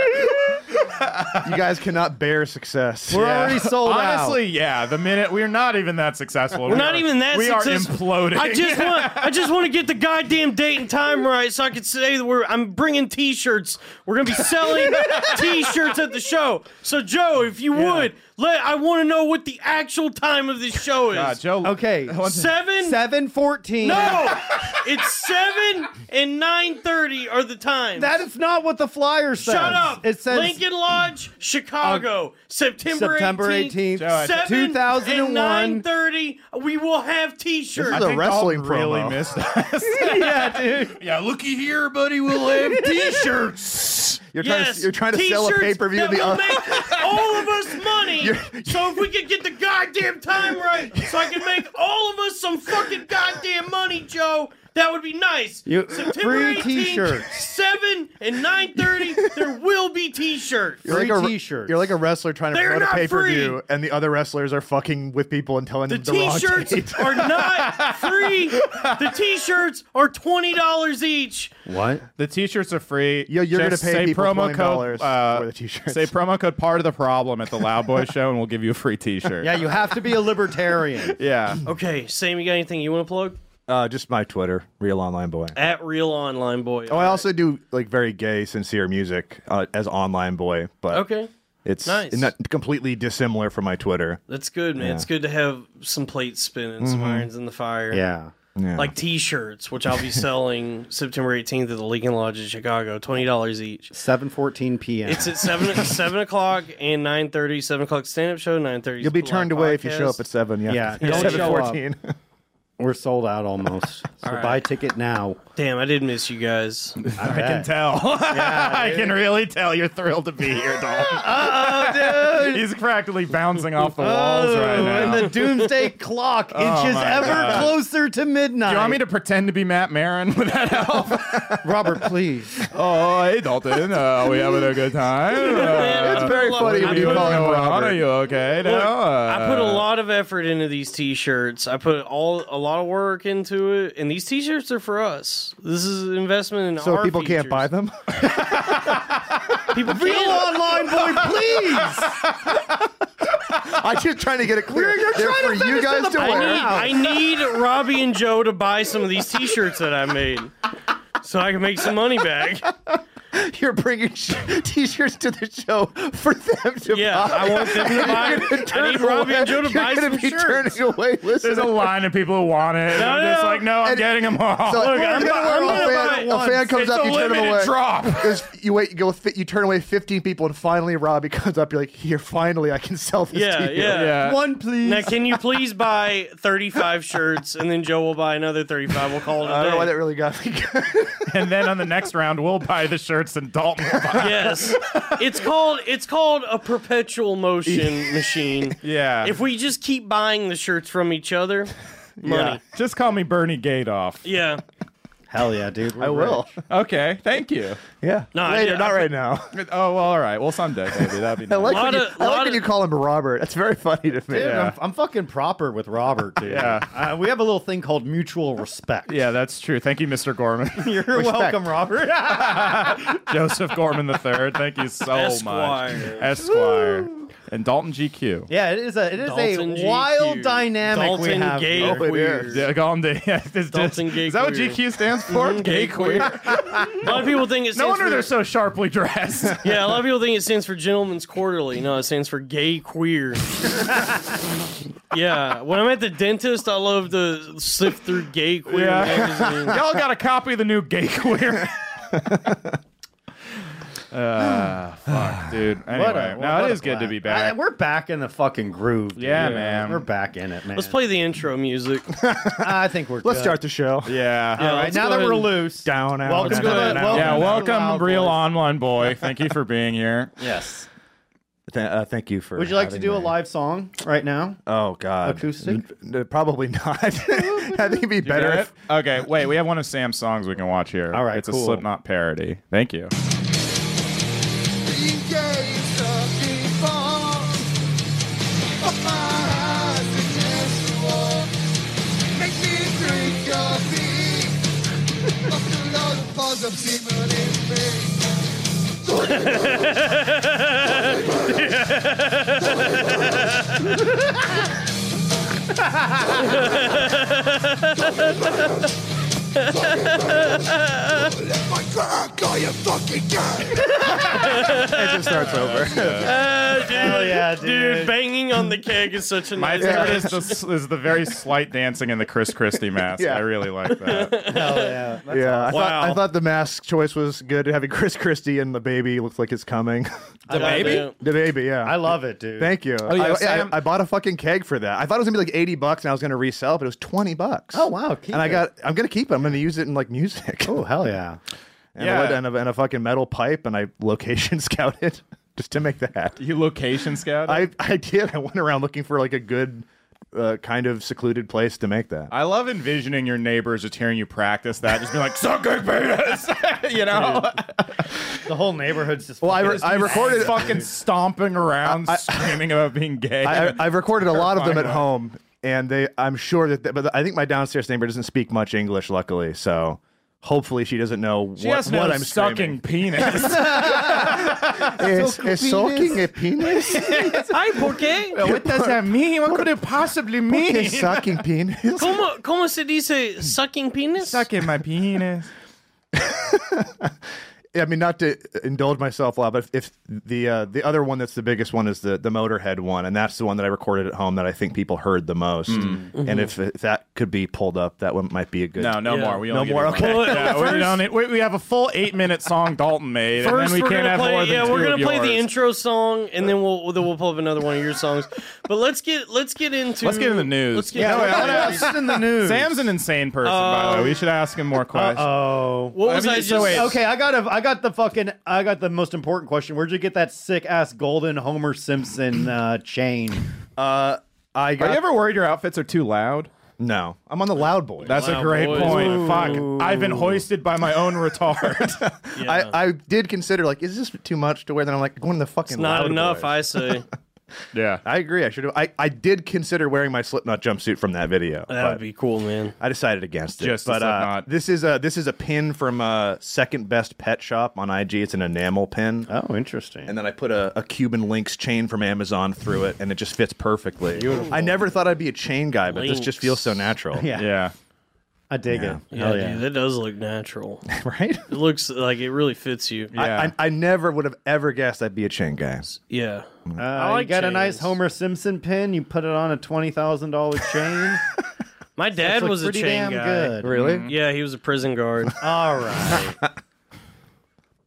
D: You guys cannot bear success.
B: We're already sold out.
A: Honestly, yeah. The minute we're not even that successful.
C: We're not even that
A: We
C: successful.
A: are imploding.
C: I just want I just want to get the goddamn date and time right so I can say that we're I'm bringing t-shirts. We're going to be selling t-shirts at the show. So Joe, if you would, let I want to know what the actual time of this show is.
A: God, Joe.
B: Okay.
C: Seven?
B: 714.
C: No. it's 7 and 9:30 are the times.
B: That is not what the flyer says.
C: Shut up.
B: It says
C: Lincoln Lodge, Chicago, September
B: September
C: 18th.
B: 18th.
D: uh,
A: Joe, I-
B: 2001.
C: 30 we will have t-shirts
D: This is a wrestling
A: Dalton really
D: promo.
A: missed us. yeah, dude. Yeah, looky here, buddy. We'll have t-shirts.
D: You're trying, to, you're trying to sell a
C: t-shirts
D: pay per view
C: that
D: in the.
C: will make all of us money. so if we could get the goddamn time right, so I can make all of us some fucking goddamn money, Joe. That would be nice.
B: You-
C: September
B: free
C: 18th,
B: t-shirts.
C: seven and nine thirty. There will be t-shirts.
D: You're
B: Free
D: like a,
B: t-shirts.
D: You're like a wrestler trying to
C: They're
D: promote a
C: not
D: pay per view, and the other wrestlers are fucking with people and telling
C: The
D: them the wrong date.
C: t-shirts are not free. The t-shirts are twenty dollars each.
B: What?
A: The t-shirts are free.
D: Yo, you're
A: Just
D: gonna pay
A: say
D: people
A: promo
D: $20
A: code, uh,
D: for the t-shirts.
A: Say promo code part of the problem at the Loud Boy show, and we'll give you a free t-shirt.
B: Yeah, you have to be a libertarian.
A: yeah.
C: Okay, Sam, you got anything you want to plug?
D: Uh, just my Twitter, real online boy.
C: At Real Online Boy.
D: Oh, I also do like very gay, sincere music uh, as online boy, but
C: Okay.
D: it's
C: nice.
D: not completely dissimilar from my Twitter.
C: That's good, man. It's good to have some plates spinning, some irons in the fire.
B: Yeah.
D: Mm-hmm. Yeah.
C: Like t shirts, which I'll be selling September 18th at the Lincoln Lodge in Chicago, $20 each.
B: 7:14 p.m.
C: It's at 7, 7 o'clock and 9.30, 7 o'clock stand up show, 9.30.
D: you'll be turned away if you show up at seven. Yeah,
B: Yeah, don't
D: seven
B: show up.
D: fourteen.
B: We're sold out almost. So
C: right.
B: buy a ticket now.
C: Damn, I did miss you guys.
B: I,
A: can
B: bet.
A: tell. I can really tell you're thrilled to be here, Dalton. oh, dude. He's practically bouncing off the walls right
B: Oh,
A: now. Oh,
B: and the doomsday clock inches
A: my
B: ever
A: God.
B: closer to midnight.
A: you want me to pretend to be Matt Marin? Would that help?
B: Robert, please.
A: oh, hey, Dalton. Uh, are we having a good time?
C: Man,
A: Uh,
C: I put a
D: very
C: lot-
D: funny
C: I
D: when you
C: put-
D: call him
A: going on?
D: Robert.
A: Are you okay
C: Look,
A: now?
C: I put a
A: Uh,
C: lot of effort into these T-shirts. I put all a lot of work into it, and these T-shirts are for us. This is an investment in
D: So
C: our
D: people can't
C: futures.
D: buy them.
C: People
B: Real
C: can't.
B: online boy, please.
D: I'm just trying to get it clear.
B: you're
D: They're
B: trying to
D: for
B: send us
D: you
B: to
D: guys
B: the
D: to
B: bank.
D: wear.
C: I need, I need Robbie and Joe to buy some of these T-shirts that I made, so I can make some money back.
D: You're bringing sh- t-shirts to the show for them to
C: Yeah,
D: buy.
C: I want them to buy. I need Robbie and Joe to
D: You're
C: buy
D: gonna
C: some
D: be
C: shirts.
D: turning away
A: There's a
D: listeners.
A: line of people who want it. and I'm just
C: no.
A: like, no, I'm
D: And-
A: getting them all.
D: So
A: Look,
D: we're
C: I'm
D: gonna
C: bu-
D: wear
C: I'm
D: all
C: gonna
D: band-
C: buy-
A: at
D: A
A: once.
D: fan comes
A: it's
D: up,
A: a
D: you turn him
A: limited
D: away.
A: drop.
D: Because you wait, you go, fi- you turn away fifteen people, and finally Robbie comes up. You're like, here, finally, I can sell this
C: Yeah,
D: to you.
C: yeah.
A: Yeah.
B: One, please.
C: Now, can you please buy 35 shirts and then Joe will buy another 35? We'll call it
D: I don't know why
C: a
D: that
C: day.
D: really got me.
A: and then on the next round, we'll buy the shirts and Dalton will buy.
C: Yes. It's called it's called a perpetual motion machine.
A: Yeah.
C: If we just keep buying the shirts from each other, money.
A: Just call me Bernie Gadoff.
C: Yeah.
B: Hell yeah, dude. we're
D: I will.
B: rich.
A: Okay, thank you.
D: Yeah.
C: No, I-
D: Later,
C: I-
D: not right now.
A: Oh, well, all right. Well, someday maybe that'd be.
D: I
A: Nice.
D: like,
C: Lot
D: when,
C: of-
D: you, I like
C: lot
D: when
C: of-
D: you call him Robert. That's very funny to me.
B: Dude,
A: Yeah.
B: I'm, I'm fucking proper with Robert, dude.
A: Yeah.
B: Uh, we have a little thing called mutual respect.
A: Yeah, that's true. Thank you, Mr. Gorman,
B: You're welcome, Robert.
A: Joseph Gorman the Third. Thank you so
C: Esquire.
A: much, Esquire, and Dalton GQ.
B: yeah, it is a it is
C: Dalton
B: a
C: GQ.
B: wild dynamic we
C: Dalton
B: have.
C: gay
B: here.
D: Oh, it
C: queer.
D: is.
A: Yeah, call him the- yeah, it's just-
C: Dalton Mm-hmm. Gay
A: is that what
C: Queer.
A: GQ stands for?
C: Gay queer. a lot of people think it stands
A: No wonder
C: for,
A: they're so sharply dressed.
C: Yeah, a lot of people think it stands for Gentlemen's Quarterly. No, it stands for Gay Queer. yeah, when I'm at the dentist, I love to sift through Gay Queer
A: Yeah.
C: magazine.
A: Y'all got a copy of the new Gay Queer. Ah, fuck, dude. Anyway,
B: What a-
A: now
B: uh, what
A: it
B: a
A: is good to
B: blast.
A: be back.
B: I- we're back in the fucking groove. dude.
A: Yeah, man.
B: We're back in it, man.
C: Let's play the intro music.
B: I think we're.
D: Let's
B: good.
D: start the show.
A: yeah.
B: All right,
C: let's
B: now
C: go
B: that we're
C: ahead
B: loose,
D: Down, out,
B: Welcome
D: down,
B: to the
D: down,
B: welcome
D: out.
A: Yeah,
B: to the
A: welcome,
B: Loud
A: real
B: Boys.
A: online boy. Thank you for being here.
B: Yes.
D: Th- uh, thank you for.
B: Would you like to
D: having
B: do a
D: me.
B: live song right now?
D: Oh God,
B: Acoustic?
D: N- n- probably not. I think it'd be better.
A: Better.
D: If,
A: Okay, wait. We have one of Sam's songs we can watch here.
B: All right,
A: it's a
B: cool.
A: Slipknot parody. Thank you.
D: it just starts over.
C: Uh, dude,
B: yeah,
C: dude,
B: dude.
C: banging on the keg is such a
A: My
C: nice.
A: favorite is the, is the very slight dancing in the Chris Christie mask.
D: Yeah.
A: I really like that.
B: Hell yeah. That's
D: yeah, I, thought,
C: Wow.
D: I thought the mask choice was good. Having Chris Christie and the baby looks like it's coming.
C: The baby?
D: the baby, yeah.
B: I Oh, love it, dude.
D: Thank you.
A: yeah,
D: I- I,
A: Sam-
D: I, bought a fucking keg for that. I thought it was gonna be like eighty bucks, and I was gonna resell, it, but it was twenty bucks.
B: Oh, wow, keep
D: and I
B: it.
D: got. I'm gonna keep it. I'm gonna use it in like music.
B: Oh hell yeah.
D: and,
A: Yeah.
D: a, wood- and, a, and a fucking metal pipe, and I location scouted just to make that.
A: you location scout.
D: I, I did. I went around looking for like a good uh, kind of secluded place to make that.
A: I love envisioning your neighbors just hearing you practice that, just being like, sucking penis, you know?
B: The whole neighborhood's just.
D: Well, I, re-
B: fucking-
D: I recorded.
A: fucking stomping around, screaming about being gay.
D: I, I've recorded a lot of them at
A: Terrifying.
D: home, and they. I'm sure that. They, but I think my downstairs neighbor doesn't speak much English, luckily. So hopefully she doesn't know
A: she
D: what,
A: has no
D: what I'm
A: sucking penis.
D: It's, it's sucking a penis.
C: Hi, por qué?
A: what does that mean? What could it possibly
D: It's sucking penis.
C: Como, como se dice sucking penis?
A: Sucking my penis.
D: I mean, not to indulge myself a lot, but if, if the uh, the other one that's the biggest one is the the Motorhead one, and that's the one that I recorded at home that I think people heard the most.
C: Mm.
A: Mm-hmm.
D: And if, if that could be pulled up, that one might be a good.
A: No, no
C: Yeah.
A: more. We
D: No
A: only give
D: more,
A: you
D: okay.
A: one. Yeah, we, don't, we, we have a full eight minute song Dalton made, and
C: First,
A: then we
C: we're
A: can't
C: gonna
A: have
C: play,
A: more than
C: yeah,
A: two
C: we're gonna
A: of
C: play the
A: yours.
C: intro song, and then we'll then we'll pull up another one of your songs. But let's get let's get into
A: Let's get in the news.
C: Let's get
A: Yeah,
C: into
A: wait, I wanna
C: the
A: ask-
C: news.
B: What's in the news?
A: Sam's an insane person, by the way. We should ask him more questions.
B: Oh.
C: What was
A: I
C: I,
A: mean,
C: just?
A: so wait.
B: Okay, I got a, I got the fucking, I got the most important question. Where'd you get that sick ass golden Homer Simpson uh, chain?
D: uh, I
A: Are
D: got
A: you ever worried your outfits are too loud?
D: no. I'm on the loud boy.
A: That's
C: Wow,
A: a great
C: boys.
A: point.
C: Ooh.
A: Fuck. I've been hoisted by my own retard.
C: Yeah.
D: I, I did consider like, is this too much to wear? Then I'm like, going to the fucking.
C: it's not
D: Loud
C: enough.
D: Boys.
C: I say
A: yeah.
D: I agree. I should have. I, I did consider wearing my Slipknot jumpsuit from that video.
C: that
D: but-
C: would be cool, man.
D: I decided against it.
A: Just the
D: but uh,
A: Slipknot.
D: this is a this is a pin from uh, Second Best Pet Shop on IG. It's an enamel pin,
B: Oh, interesting.
D: and then I put a, a Cuban links chain from Amazon through it, and it just fits perfectly. I never thought I'd be a chain guy, but this
C: Lynx.
D: just feels so natural.
B: Yeah.
A: Yeah.
B: I dig
D: Yeah.
B: it.
C: Yeah,
B: Hell yeah.
C: dude, that does look natural.
D: right.
C: It looks like it really fits you.
D: I,
A: Yeah.
D: I, I never would have ever guessed I'd be a chain guy.
C: Yeah.
B: Uh,
A: Mm.
C: like
B: you got a nice
C: chains.
B: Homer Simpson pin. You put it on a twenty thousand dollar chain.
C: My dad
B: It's, like,
C: was a
B: pretty damn
C: chain guy. Mm-hmm.
B: good.
D: Really?
C: Yeah, he was a prison guard.
B: All right.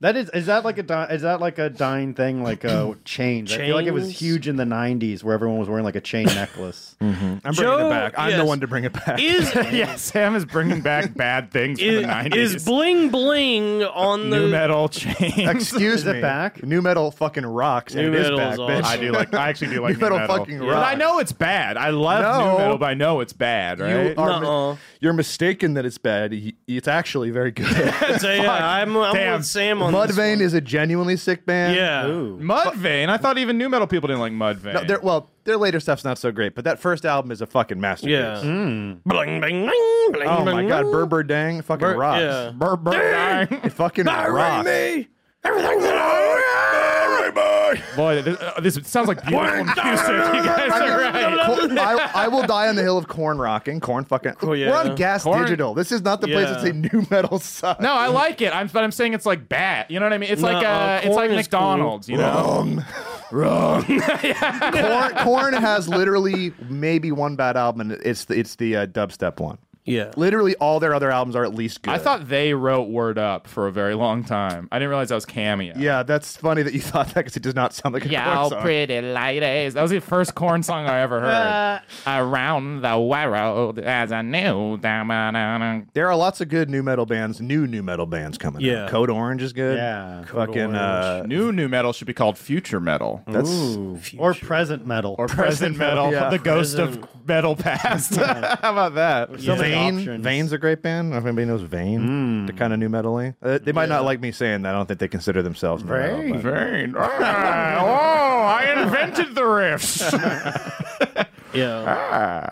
B: That is is that like a di- is that like a dying thing like a change? I feel like it was
C: Chains?
B: huge in the '90s where everyone was wearing like a chain necklace.
D: I'm bringing
C: Joe-
D: it back. I'm the
C: yes.
D: one to bring it back.
C: Is
A: yeah, Sam is bringing back bad things from the
C: is,
A: nineties.
C: is bling bling on the
A: New metal change.
D: Excuse
B: Is
D: me.
B: it back?
D: New metal fucking rocks. and
C: Nu
D: it is
C: Metal's
D: back, bitch.
C: awesome.
A: I do like. I actually do like
D: New
A: new
D: metal
A: metal.
D: fucking
A: But I
D: rocks.
A: know it's bad. I love
D: No.
A: new metal, but I know it's bad. Right?
D: You are mi-
C: Nuh-uh.
D: you're mistaken that it's bad. Y- It's actually very good.
C: So, yeah, I'm, I'm
A: Damn.
C: with Sam on this.
D: Mudvayne is a genuinely sick band.
C: Yeah.
B: Ooh,
A: Mudvayne. I thought even new metal people didn't like Mudvayne.
D: No, their- well, their later stuff's not so great, but that first album is a fucking masterpiece.
C: Yeah. Bling bling bling bling.
D: Mm. Oh my
C: bling,
D: god,
C: bling.
D: Berber Dang fucking
C: Bur-
D: rocks.
C: yeah.
A: Burr, burr, dying.
D: It fucking rocks.
C: me. Everything that I
A: Boy, this, uh, this sounds like beautiful music. You guys are right.
D: Corn- I, I will die on the hill of corn rocking. Corn fucking.
C: yeah.
D: We're on Gas
A: Corn-
D: Digital. This is not the place
C: Yeah.
D: that's a new metal side.
A: No, I like it. I'm, but I'm saying it's like bad. You know what I mean? It's like
C: Nuh-uh,
A: uh, it's like
C: corn is cool.
A: McDonald's. You know?
D: Corn, corn has literally maybe one bad album, and it's the, it's the uh, dubstep one.
C: Yeah.
D: Literally, all their other albums are at least good.
A: I thought they wrote Word Up for a very long time. I didn't realize that was Cameo.
D: Yeah, that's funny that you thought that because it does not sound like a corn
A: Y'all
D: song.
A: pretty ladies. That was the first corn song I ever heard. Around the world as a new diamond.
D: There are lots of good new metal bands, new new metal bands coming. out.
C: Yeah.
D: Code Orange is good.
B: Yeah. Code
D: fucking uh,
A: New new metal should be called future metal.
D: that's
B: Ooh. or present metal. Or
A: Present metal,
D: metal, uh, yeah.
A: the ghost of metal past. How about that?
B: so many
D: Vane.
B: options.
D: Vane's a great band. I don't know if anybody knows Vane. They're kind of new metally. Uh, they might not like me saying that. I don't think they consider themselves new metal, but-
A: Vane. Ah, oh, I invented the riffs.
C: Yeah.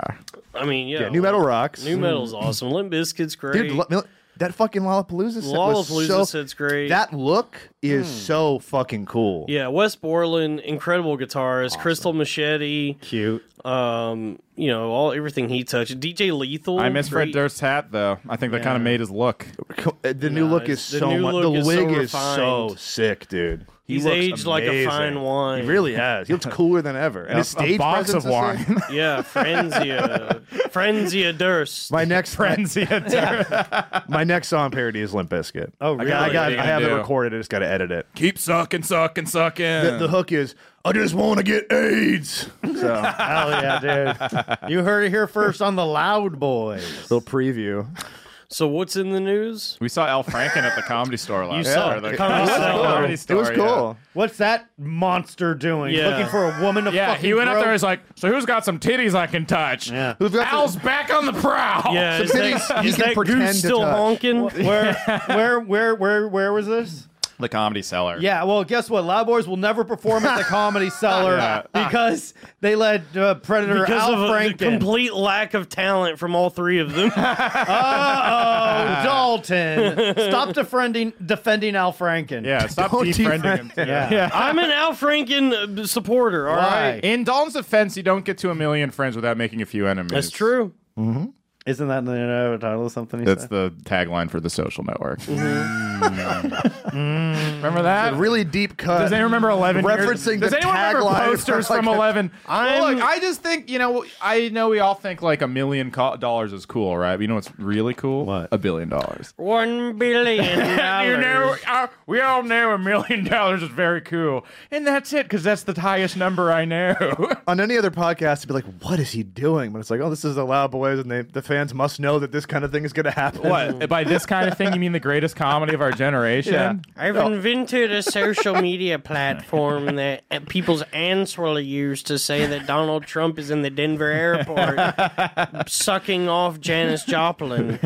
C: I mean, yeah.
D: Ah. Yeah, new metal rocks.
C: New metal's awesome. Limp Bizkit's great.
D: Hmm. Dude, lo- that fucking Lollapalooza set was
C: Lollapalooza
D: so,
C: set's great. Hmm.
D: That look is so fucking cool.
C: yeah, Wes Borland, incredible guitarist, Crystal Machete,
B: cute.
C: um, you know, all everything he touched. DJ Lethal.
A: I miss Fred
C: great-
A: Durst's hat though. I think that kind of made his look.
D: Co- uh, The new
C: Nah,
D: look is
C: it's- the
D: so
C: new
D: much. The
C: look is so
D: wig is so
C: refined.
D: sick, dude. He
C: He's
D: looks
C: aged like a
D: amazing.
C: fine wine.
D: He really has. He looks cooler than ever. And
A: A-
D: his stage
A: a box
D: presence
A: of
D: is sick.
A: wine.
C: Yeah, Frenzia. Frenzia Durst.
D: My next
A: Frenzy.
D: my next song parody is Limp Bizkit.
B: Oh,
D: I, got, I,
B: really?
A: What
D: got,
A: are you
D: I
A: gonna
D: have it
A: do?
D: recorded. I just got to edit it.
A: Keep sucking, sucking, sucking.
D: The, the hook is I just want to get AIDS. So a
B: Hell yeah, dude! you heard it here first on the Loud Boys.
D: little preview.
C: so what's in the news?
A: we saw Al Franken at the comedy store last. You
C: saw it.
D: Oh,
C: Comedy Store.
D: It was cool.
B: What's that monster doing?
C: Yeah.
B: Looking for a woman to
A: Yeah,
B: fucking
A: he went up
B: grow-
A: there. He's like, "So who's got some titties I can touch?"
B: Yeah.
D: Who's got
A: Al's
D: some-
A: back on the prowl.
C: Yeah, is
D: Sometimes
C: that,
D: oh. you
C: is
D: can
C: that
D: pretend to
C: goose still
D: touch.
C: honking?
B: where, where, where, where, where was this?
A: the comedy seller.
B: Yeah, well, guess what? Loud Boys will never perform at the Comedy Cellar because they let uh, Predator
C: Because
B: Al
C: of a- the
B: Franken.
C: complete lack of talent from all three of them.
B: Oh, Dalton, stop defending defending Al Franken.
A: yeah. Stop
D: Don't
A: defriending him.
B: yeah.
C: I'm an Al Franken uh, supporter, All right,
B: Why?
A: In Dalton's defense, you don't get to a million friends without making a few enemies.
C: That's true.
B: Isn't that the uh, title of something? He
A: That's
B: said?
A: the tagline for the social network. Mm. remember that?
D: Really deep cut.
A: Does anyone remember Eleven? years-
D: Referencing
A: Does
D: the
A: anyone remember
D: tagline
A: posters
D: for, like,
A: from Eleven? Well,
C: I'm-
A: look, I just think you know. I know we all think like a million co- dollars is cool, right? But you know what's really cool?
B: What?
A: A billion dollars.
C: One billion dollars.
A: You know, uh, we all know a million dollars is very cool, and that's it because that's the highest number I know.
D: on any other podcast to be like, what is he doing? But it's like, oh, this is the Loud Boys, and they, the fans must know that this kind of thing is going to happen.
A: what by this kind of thing you mean the greatest comedy of our generation?
D: Yeah.
C: I've invented a social media platform that uh, people's aunts will use to say that Donald Trump is in the Denver airport sucking off Janis Joplin.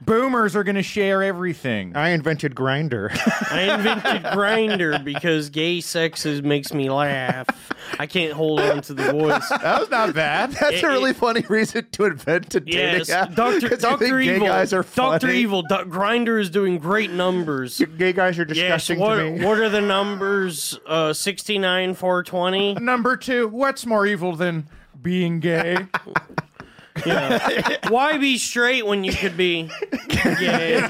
A: Boomers are gonna share everything.
D: I invented Grinder.
C: I invented Grinder because gay sex is, makes me laugh. I can't hold on to the voice.
A: That was not bad.
D: That's
C: It-
D: a really
C: it-
D: funny reason to invent a dating
C: Yes,
D: app.
C: Doctor
D: 'cause I think
C: Doctor
D: gay
C: Evil.
D: guys are
C: Doctor
D: funny.
C: Evil. Do- Grinder is doing great numbers.
D: Gay guys are
C: Yes.
D: disgusting
C: What,
D: to me.
C: what are the numbers? Uh, Sixty nine, four twenty.
A: Number two, what's more evil than being gay?
C: Why be straight when you could be gay?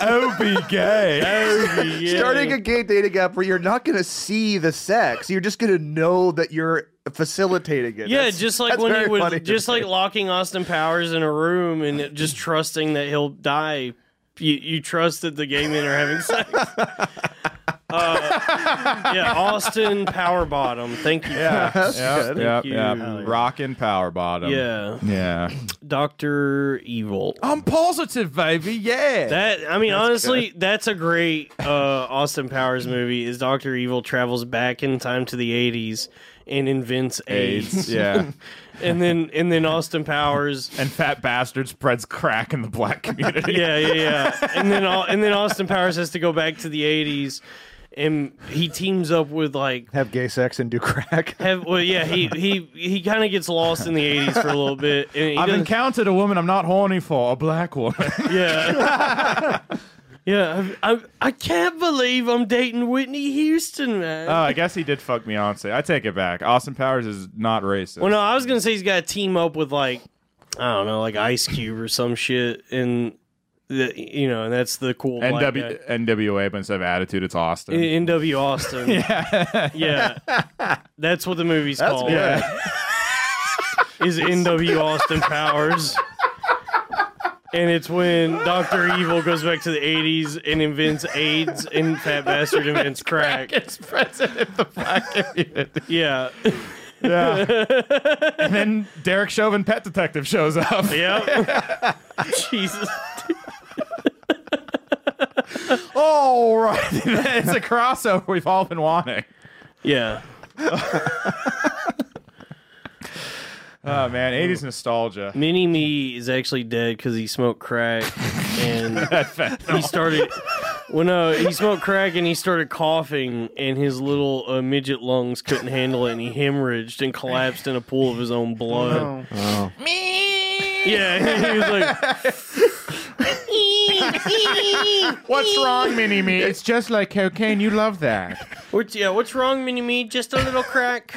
A: oh, be gay.
C: Starting
D: Starting a gay dating app where you're not going to see the sex, you're just going to know that you're facilitating it.
C: Yeah,
D: That's-
C: just like
D: that's
C: when
D: very
C: he was
D: funny to
C: just
D: me.
C: like locking Austin Powers in a room and it- just trusting that he'll die. You, you trust that the gay men are having sex. Uh, yeah, Austin Power Bottom. Thank you.
D: That's good.
A: Yep,
C: you.
A: yep.
C: Hell yeah.
A: Rockin' power bottom.
C: Yeah,
A: Yeah.
C: Doctor Evil.
A: I'm positive, baby. Yeah.
C: That I mean, honestly, that's a great uh, Austin Powers movie. Is Doctor Evil travels back in time to the '80s and invents AIDS,
A: AIDS. yeah.
C: and then and then Austin Powers
A: And fat bastard spreads crack in the black community.
C: Yeah, yeah, yeah. And then all, and then Austin Powers has to go back to the '80s, and he teams up with like
D: have gay sex and do crack.
C: have well, yeah. He he he kind of gets lost in the '80s for a little bit. And he
A: I've
C: does-
A: encountered a woman I'm not horny for, a black woman.
C: yeah. Yeah, I, I I can't believe I'm dating Whitney Houston, man.
A: oh, I guess he did fuck Beyonce. I take it back. Austin Powers is not racist.
C: well, no, I was gonna say he's got to team up with like I don't know, like Ice Cube or some shit, and the, you know, and that's the cool black guy.
A: NW, NWA, but instead of attitude, it's Austin.
C: In- N.W. Austin. yeah. That's what the movie's called.
A: yeah.
C: Is N.W. Austin Powers. And it's when Dr. Evil goes back to the 80s and invents AIDS and Fat Bastard invents crack.
A: it's president of the black community.
C: Yeah.
A: Yeah. and then Derek Chauvin, pet detective, shows up.
C: Yep. Jesus.
A: All right. it's a crossover we've all been wanting.
C: Yeah.
A: Oh, man. 80s nostalgia.
C: Mini Me is actually dead because he smoked crack and he started. Well, no, he smoked crack and he started coughing, and his little uh, midget lungs couldn't handle it, and he hemorrhaged and collapsed in a pool of his own blood. Me. Yeah, he was like,
A: What's wrong, Mini Me? It's just like cocaine. You love that.
C: "What's yeah? What's wrong, Mini Me? Just a little crack."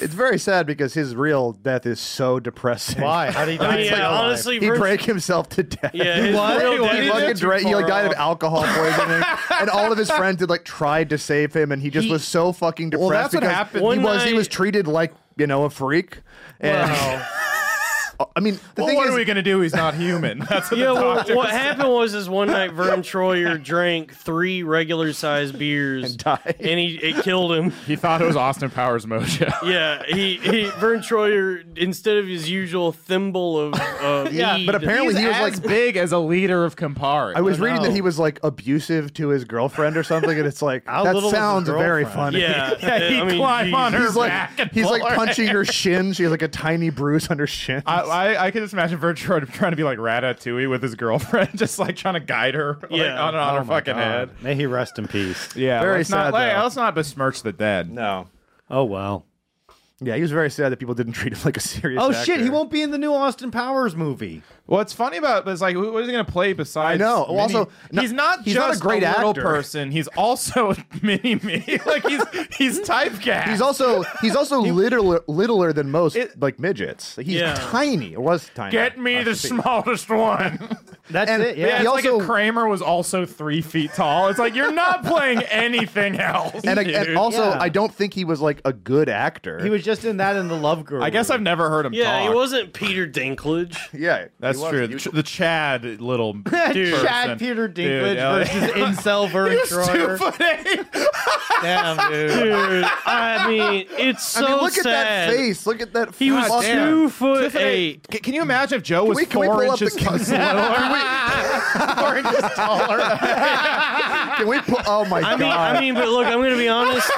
D: It's very sad because his real death is so depressing.
B: Why? How do you
C: I
B: die?
C: mean, yeah, honestly,
D: He
C: first-
D: drank himself to death.
C: yeah, his real
A: What?
C: dad-
D: He
A: What?
D: fucking
A: That's
D: drank, he
C: too
D: like
C: far
D: died of
C: off.
D: alcohol poisoning, and all of his friends had like tried to save him, and he just
C: He-
D: was so fucking depressed.
A: Well, that's what
D: because
A: happened.
D: He
C: One
D: was he
C: night-
D: was treated like you know a freak. And I mean, the
A: Well,
D: thing
A: what
D: is,
A: are we going to do? He's not human. That's what
C: Yeah,
A: the
C: well,
A: doctor
C: what
A: said.
C: happened was is one night Vern Troyer drank three regular sized beers and
D: died.
C: and he it killed him.
A: He thought it was Austin Powers Mojo.
C: Yeah, he, he Vern Troyer instead of his usual thimble of uh,
D: Yeah,
C: mead-
D: but apparently he was like.
A: big as a leader of Campari.
D: I was reading that he was like abusive to his girlfriend or something, and it's like
B: How
D: that
B: little was his
D: sounds very
B: girlfriend?
D: funny.
C: yeah,
A: Yeah, he
C: I mean,
A: climbed on
C: geez.
A: her
D: He's like
A: back and
D: he's like
A: pull her
D: punching her shin. She has like a tiny bruise on her shin.
A: I, I, I could just imagine Vertroid trying to be like Ratatouille with his girlfriend, just like trying to guide her like,
C: Yeah.
A: on, on
B: Oh
A: her
B: my
A: fucking
B: God.
A: head.
B: May he rest in peace.
A: Yeah,
D: Very
A: let's
D: sad,
A: Not, like,
D: though.
A: let's not besmirch the dead.
D: no.
B: Oh well.
D: Yeah, he was very sad that people didn't treat him like a serious.
B: Oh shit, he
D: actor.
B: won't be in the new Austin Powers movie.
A: What's funny about it is like, who- what is he going to play besides?
D: I know. Well,
A: Mini-
D: also, no-
A: he's not
D: he's
A: just
D: not a great
A: little
D: actor.
A: person. He's also a mini me. like he's he's typecast.
D: He's also he's also littler littler than most
A: It-
D: like midgets. He's
C: Yeah.
D: tiny. It was tiny.
A: get me the smallest one.
B: That's
D: And-
B: it.
D: yeah,
B: Yeah.
A: it's
D: he
A: like
D: also-
A: if Kramer was also three feet tall. It's like you're not playing anything else.
D: And, I-
A: dude.
D: and also,
B: Yeah.
D: I don't think he was like a good actor.
B: He was just in that and the Love Guru.
A: I guess I've never heard him
C: yeah,
A: talk.
C: he wasn't Peter Dinklage.
D: Yeah,
A: That's
D: he was.
A: true.
D: He
A: The,
D: was-
A: ch- the Chad little
B: Dude,
A: person.
B: Chad Peter Dinklage
A: Dude, yeah.
B: versus Incel Vern
A: He was two
B: Troyer.
A: foot eight.
B: Damn, dude.
C: Dude, I mean, it's so
D: I mean, look
C: sad.
D: at that face. Look at that.
C: He was
D: fucking-
C: two foot eight.
A: Can, can you imagine if Joe was
D: we- can we
A: four
D: pull up the
A: inches
D: ca-
A: four inches taller?
D: Can we? Put, oh my
C: I
D: god.
C: mean, I mean, but look, I'm gonna be honest.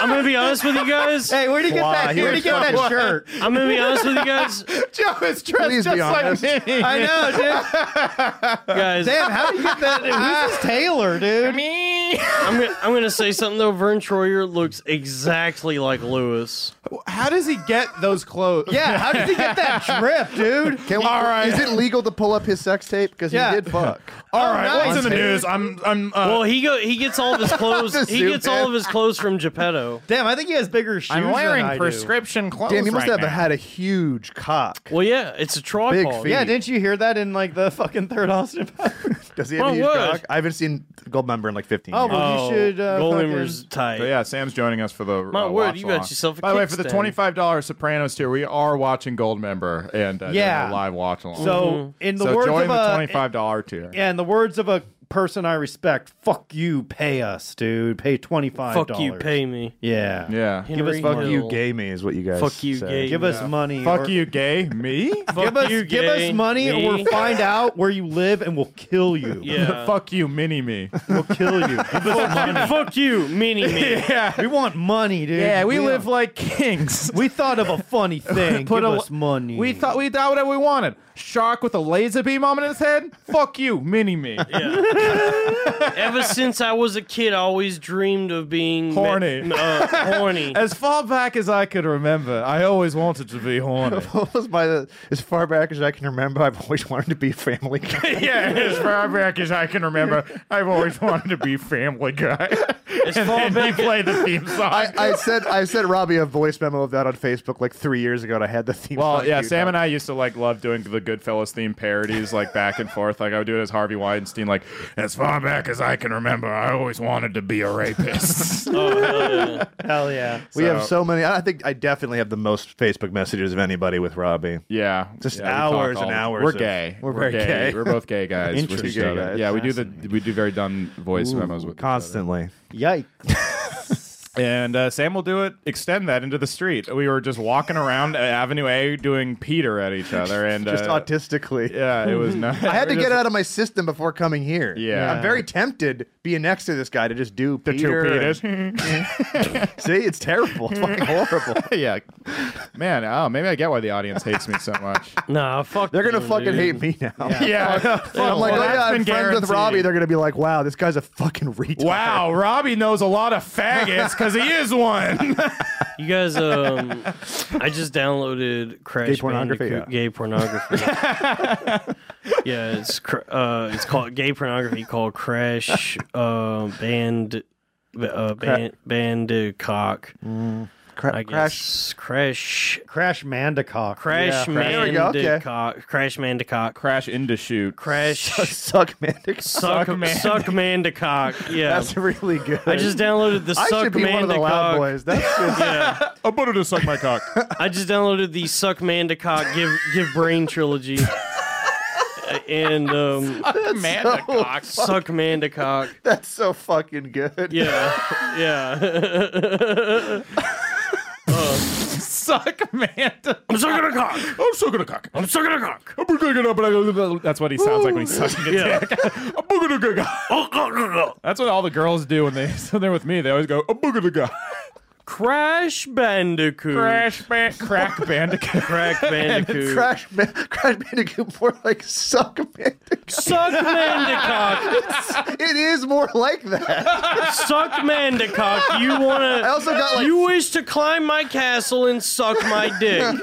C: I'm gonna be honest with you guys.
B: Hey, where'd you get
D: Wow,
B: that?
D: he
B: Where'd you
D: was
B: get
D: so-
B: that shirt?
C: I'm gonna be honest with you guys.
A: Joe is dressed
D: Please be
A: just like
D: honest.
A: me.
B: I know, dude.
C: Guys,
B: Damn, how do you get that? Who's this Taylor, dude?
A: Me.
C: I'm gonna, I'm gonna say something though. Vern Troyer looks exactly like Lewis.
A: How does he get those clothes?
B: Yeah, how did he get that drip, dude?
D: Can we,
A: All right.
D: Is it legal to pull up his sex tape? Because
B: Yeah.
D: he did fuck.
A: All right.
B: Oh, nice.
A: What's in the news? I'm. I'm.
C: Well,
A: Uh,
C: he go he gets all of his clothes.
D: Just
C: he
D: zoom
C: gets all
D: in.
C: of his clothes from Geppetto.
B: Damn, I think he has bigger shoes.
A: I'm wearing
B: than I do.
A: prescription clothes.
D: Damn, he must
A: right
D: have
A: now.
D: had a huge cock.
C: Well, yeah, it's a tripod.
D: feet.
B: Yeah, didn't you hear that in like the fucking third Austin Powers?
D: Does he
C: Well,
D: have a huge
C: would.
D: cock? I haven't seen Goldmember in like fifteen.
B: Oh,
D: years.
B: well,
C: Oh,
B: you should. Uh,
C: Goldmember's
B: fucking-
C: tight.
A: But yeah, Sam's joining us for the.
C: My
A: uh,
C: word,
A: watch
C: you got
A: along.
C: yourself a
A: By the way, for the
C: kickstand.
A: twenty-five dollars Sopranos tier, we are watching Gold Member and uh, yeah,
B: Yeah.
A: a live watch along.
B: So in the
A: So
B: words
A: join
B: of
A: the
B: a
A: twenty-five dollar tier.
B: yeah, in the words of a person I respect, fuck you, pay us, dude. Pay twenty five.
C: Fuck you, pay me.
B: Yeah,
A: Yeah.
C: Henry
B: Give us
D: fuck
C: Hill.
D: you, gay me is what you guys.
C: Fuck you,
D: say.
C: gay.
B: Give us money.
A: Fuck
B: or-
A: you, gay. Me?
B: Give us,
C: you,
B: give
C: gay.
B: us money,
C: Me?
B: or we'll find out where you live, and we'll kill you.
C: Yeah.
A: Fuck you, mini me.
B: we'll kill you. Give us money.
C: Fuck you, mini me.
B: We want money, dude.
A: Yeah, we,
B: want-
A: live like kings.
B: We thought of a funny thing.
A: Put
B: Give
A: a-
B: us money.
A: We thought we got whatever we wanted. Shark with a laser beam on his head? Fuck you, mini me.
C: Ever since I was a kid, I always dreamed of being
A: Horny.
C: ma- uh, horny.
A: As far back as I could remember, I always wanted to be horny.
D: Almost by the, as far back as I can remember, I've always wanted to be a family guy.
A: yeah, as far back as I can remember, I've always wanted to be Family Guy.
C: As far back
A: play the theme song.
D: I, I said I sent Robbie a voice memo of that on Facebook like three years ago, and I had the theme.
A: well, yeah, Sam and I used to like love doing the Goodfellas theme parodies, like back and forth. Like I would do it as Harvey Weinstein, like as far back as I can remember, I always wanted to be a rapist.
B: Hell yeah.
D: We have
A: So-
D: so many. I think I definitely have the most Facebook messages of anybody with Robbie.
A: yeah,
D: Just
A: Yeah, we
D: hours
A: talk all-
D: and hours
A: We're
D: of-
A: gay.
D: we're very gay.
A: We're both gay guys. with each
D: Interesting.
A: other.
D: Gay guys.
A: Yeah, we do the we do very dumb voice memos with each other.
D: Constantly.
B: Yikes.
A: And uh, Sam will do it, extend that into the street. We were just walking around uh, Avenue A doing Peter at each other. and
D: Just
A: uh,
D: autistically.
A: Yeah, it was not.
D: I had to get it out of my system before coming here.
A: Yeah.
D: I'm very tempted being next to this guy to just do the
A: Two
D: Peter.
A: Peters.
D: See, it's terrible. It's fucking horrible.
A: yeah. Man, oh, maybe I get why the audience hates me so much.
C: nah, fuck.
D: They're gonna
C: you,
D: fucking
C: dude.
D: hate me now.
A: yeah.
D: I'm like,
A: Well,
D: oh
A: that's
D: yeah, I'm
A: been
D: friends with Robbie.
A: guaranteed.
D: They're gonna be like, wow, this guy's a fucking retard.
A: Wow, Robbie knows a lot of faggots because he is one.
C: You guys, um, I just downloaded Crash
D: Gay pornography,
C: Bandicoot
D: yeah.
C: Gay pornography. yeah, it's cr- uh, it's called gay pornography called Crash uh, Band uh, band, Bandicock. I
D: Cra- Mm. crash.
C: guess Crash
B: Crash Mandicock.
C: Crash
D: There we go, okay.
C: Mandicock Crash Mandicock
A: Crash into shoot.
C: Crash
D: Suck man.
C: Suck
A: Suck Mand-
C: Suck Mandicock. Yeah,
D: That's really good.
C: I just downloaded the
D: I
C: Suck
D: should be one of the loud
C: Mandicock.
D: boys. That's just,
A: I put it to suck my cock.
C: I just downloaded the Suck Mandicock Give Give Brain trilogy. Uh, and um,
A: Amanda cock.
C: Suck Mandicock.
D: that's so fucking good.
C: Yeah. Yeah.
A: Suck Amanda.
C: I'm sucking a cock.
A: I'm sucking a cock.
C: I'm sucking a cock.
A: I'm gonna get up and I- That's what he sounds like when he's sucking a
C: Yeah.
A: dick. I'm gonna get up. That's what all the girls do when they so they're with me. They always go a booga da
C: Crash Bandicoot.
A: ban- crack bandicoot.
C: Crack Bandicoot.
D: Crash, man, crash Bandicoot more like suck Bandicoot.
C: Suck Mandicock.
D: It is more like that.
C: Suck Mandicock. You wanna?
D: I also got like
C: you wish to climb my castle and suck my dick.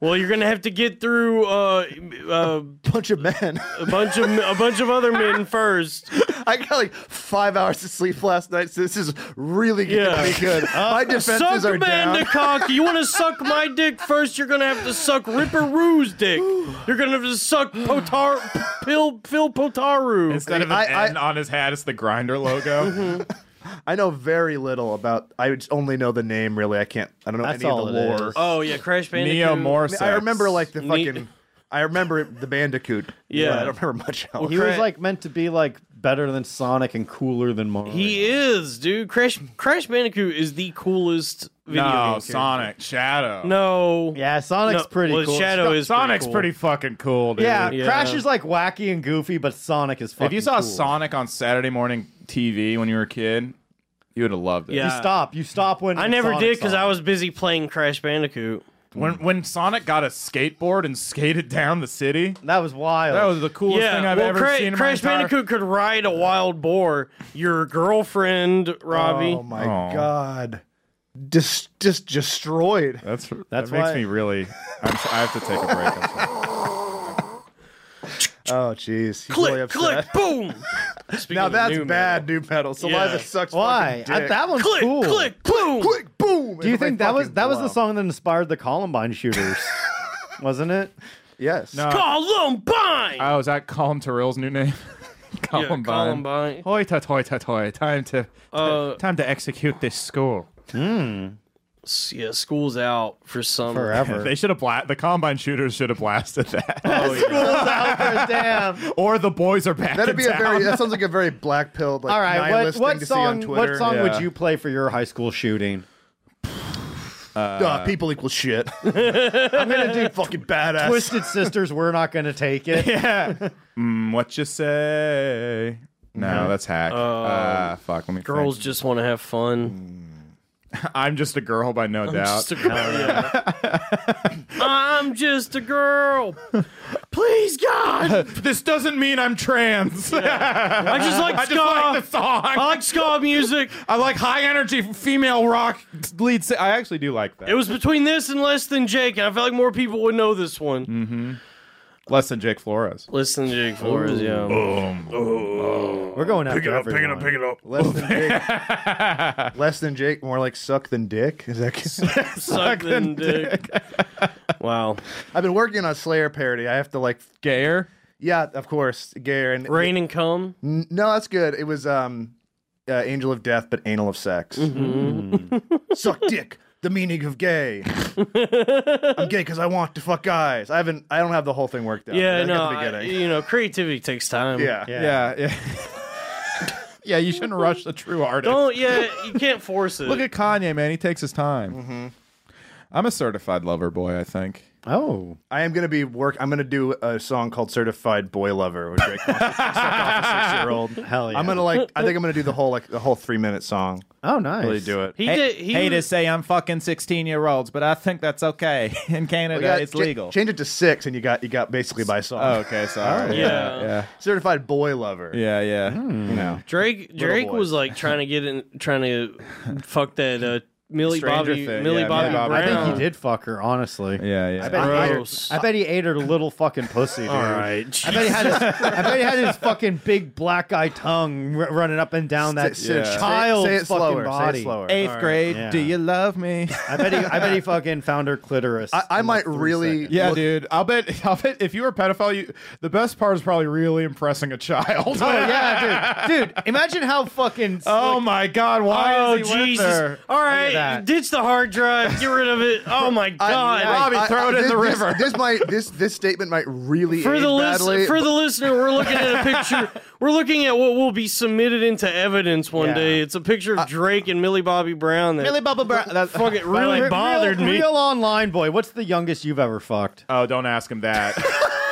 C: Well, you're gonna have to get through uh, uh,
D: a bunch of men.
C: a bunch of a bunch of other men first.
D: I got like five hours of sleep last night, so this is really gonna
C: Yeah. Uh,
D: be good. My defenses are
C: Suck
D: down.
C: Bandicock. You want to suck my dick first? You're gonna have to suck Ripper Roo's dick. You're gonna have to suck Potar, Phil, Phil Potaru.
A: Instead of an
D: I- I-
A: N on his hat, it's the grinder
C: Mm-hmm.
A: logo.
D: I know very little about. I just only know the name. Really, I can't. I don't know
B: That's
D: any
B: all
D: of the
B: it
D: lore.
B: is.
C: oh yeah, Crash Bandicoot.
A: Neo
D: I, mean,
A: Morse.
D: I remember like the
C: Neat.
D: fucking. I remember the Bandicoot.
C: Yeah.
D: but I don't remember much else.
B: He
C: Cra-
B: was like meant to be like better than Sonic and cooler than Mario.
C: He is, dude. Crash Crash Bandicoot is the coolest video game.
A: no
C: character.
A: Sonic Shadow.
C: No.
B: yeah, Sonic's
C: No,
B: pretty
C: well,
B: cool.
C: Shadow is
A: Sonic's pretty,
C: pretty.
A: fucking cool, dude.
B: Yeah,
C: Yeah.
B: Crash is like wacky and goofy, but Sonic is fucking.
A: If you saw
B: cool.
A: Sonic on Saturday morning TV when you were a kid, you would have loved it.
C: Yeah.
B: you stop. You stop when
C: Cool. I
B: it's
C: never
B: Sonic
C: did because
B: Sonic.
C: I was busy playing Crash Bandicoot.
A: When
C: Mm.
A: when Sonic got a skateboard and skated down the city,
B: That was wild.
A: that was the coolest
C: yeah,
A: thing I've
C: well,
A: ever
C: Cra-
A: seen. In
C: Crash
A: my entire-
C: Bandicoot could ride a wild boar. Your girlfriend, Robbie.
D: Oh my
A: Aw.
D: god. Just, just destroyed.
A: That's
B: That's
A: that makes
B: why-
A: me really. I'm, si have to take a break. I'm sorry.
D: Oh, jeez. He's
C: click,
D: really upset.
C: click, boom. Speaking
D: Now
C: of
D: that's
C: new
D: bad new metal. Saliva
C: Yeah.
D: sucks.
B: why
D: fucking
B: I,
D: dick.
B: that one's
C: metal. click,
B: cool.
C: click, boom.
D: Click, boom.
B: Do you think that was that was the song that inspired the Columbine shooters? Wasn't it?
D: Yes.
A: No.
C: Columbine.
A: Oh, is that Colin Terrell's new name? Uh, Columbine.
C: Columbine.
A: Hoy tut, hoy tut, hoy. Time to
C: Uh,
A: time to execute this school.
C: S- Yeah, school's out for some.
B: forever.
A: They should have bla- the Columbine shooters should have blasted that.
C: Oh, yeah.
B: Damn.
A: or the boys are back.
D: That'd
A: in
D: be a
A: town.
D: very. That sounds like a very black pilled, like
B: All right. What,
D: nihilist thing
B: what
D: to see on
B: song?
D: Twitter.
B: What song
A: Yeah.
B: would you play for your high school shooting?
D: Uh, people equal shit.
B: I'm gonna do
D: Fucking badass.
B: Twisted Sisters. We're not gonna take it.
A: yeah. Mm, what you say? No, that's hack. uh, fuck. Let me.
C: Mm-hmm. Girls
A: think.
C: just want to have fun.
A: I'm just a girl by no doubt.
C: Just a girl. yeah. I'm just a girl. Please, God.
A: this doesn't mean I'm trans.
C: I just like
A: I
C: ska.
A: just like the song.
C: I like ska music.
A: I like high energy female rock lead. si- I actually do like that.
C: It was between this and Less Than Jake, and I felt like more people would know this one.
A: less than Jake Flores.
C: Less Than Jake Flores, yeah.
B: We're going after pick it up, everyone. Pick it up.
D: Less than Jake. Less than Jake. More like suck than dick. Is that?
C: Suck than dick. wow.
D: I've been working on a Slayer parody. I have to like.
A: Gayer.
D: Yeah, of course. Gare and
C: Rain and Come.
D: N- No, that's good. It was um, uh, Angel of Death, but anal of sex.
B: Mm-hmm.
D: Suck dick. The meaning of gay. I'm gay because I want to fuck guys. I haven't. I don't have the whole thing worked out.
C: Yeah,
D: I
C: no,
D: got the
C: I-
D: beginning.
C: you know, creativity takes time.
D: yeah.
B: Yeah.
A: Yeah. Yeah. yeah you shouldn't rush the true artist.
C: Don't, Oh, yeah, you can't force it.
A: Look at Kanye, man. He takes his time. I'm a certified lover boy. I think.
B: Oh.
D: I am gonna be work. I'm gonna do a song called "Certified Boy Lover," which Drake wants to suck off a six-year-old.
B: Hell yeah.
D: I'm gonna like. I think I'm gonna do the whole like the whole three-minute song.
B: Oh, nice.
D: Really do it.
C: he did. He
A: say I'm fucking 16 year olds, but I think that's okay in Canada.
D: Yeah, cha- Change it to six, and you got you got basically by song.
A: oh, okay, sorry.
C: Yeah.
A: yeah,
D: Certified Boy Lover.
A: yeah, yeah.
D: You know.
C: Drake Drake
D: boy.
C: was like trying to get in, trying to fuck that uh, Millie
A: Stranger
C: Bobby
A: Thing,
C: Millie
A: yeah,
C: Bobby
A: Millie Bobby.
B: I
C: Brown.
B: think he did fuck her. Honestly.
A: yeah, yeah.
B: I bet, he ate her,
C: Gross.
B: I bet he ate her little fucking pussy, dude.
C: All right.
B: I bet he had his, I bet he had his fucking big black guy tongue r- running up and down that
D: Say- say-
B: child's
D: say it
B: fucking
D: slower,
B: body.
D: Say it slower.
A: Eighth grade,
B: yeah.
A: do you love me?
B: I bet he I bet he fucking found her clitoris.
D: I, I
B: in, like,
D: might
B: three
D: really.
B: seconds.
A: Yeah,
D: look-
A: dude. I'll bet. I'll bet if you were a pedophile, you, the best part is probably really impressing a child.
B: Oh yeah, dude. Dude, imagine how fucking
A: oh my God! Why
C: Oh
A: is he with
C: Jesus!
A: her?
C: All
B: at
C: right,
B: that.
C: ditch the hard drive. Get rid of it. Oh my
D: I-
C: God!
D: I-
A: Robbie,
D: I-
A: throw it in
D: this-
A: the
D: this-
A: river.
D: This might this this statement might really
C: for
D: age
C: the
D: badly.
C: listener, for the listener, we're looking at a picture. We're looking at what will be submitted into evidence one
B: Yeah.
C: day. It's a picture of Drake and Millie Bobby Brown. That
B: Millie Bobby Brown. That
C: fuck it really bothered
B: real,
C: me.
B: Real online boy. What's the youngest you've ever fucked?
A: Oh, don't ask him that.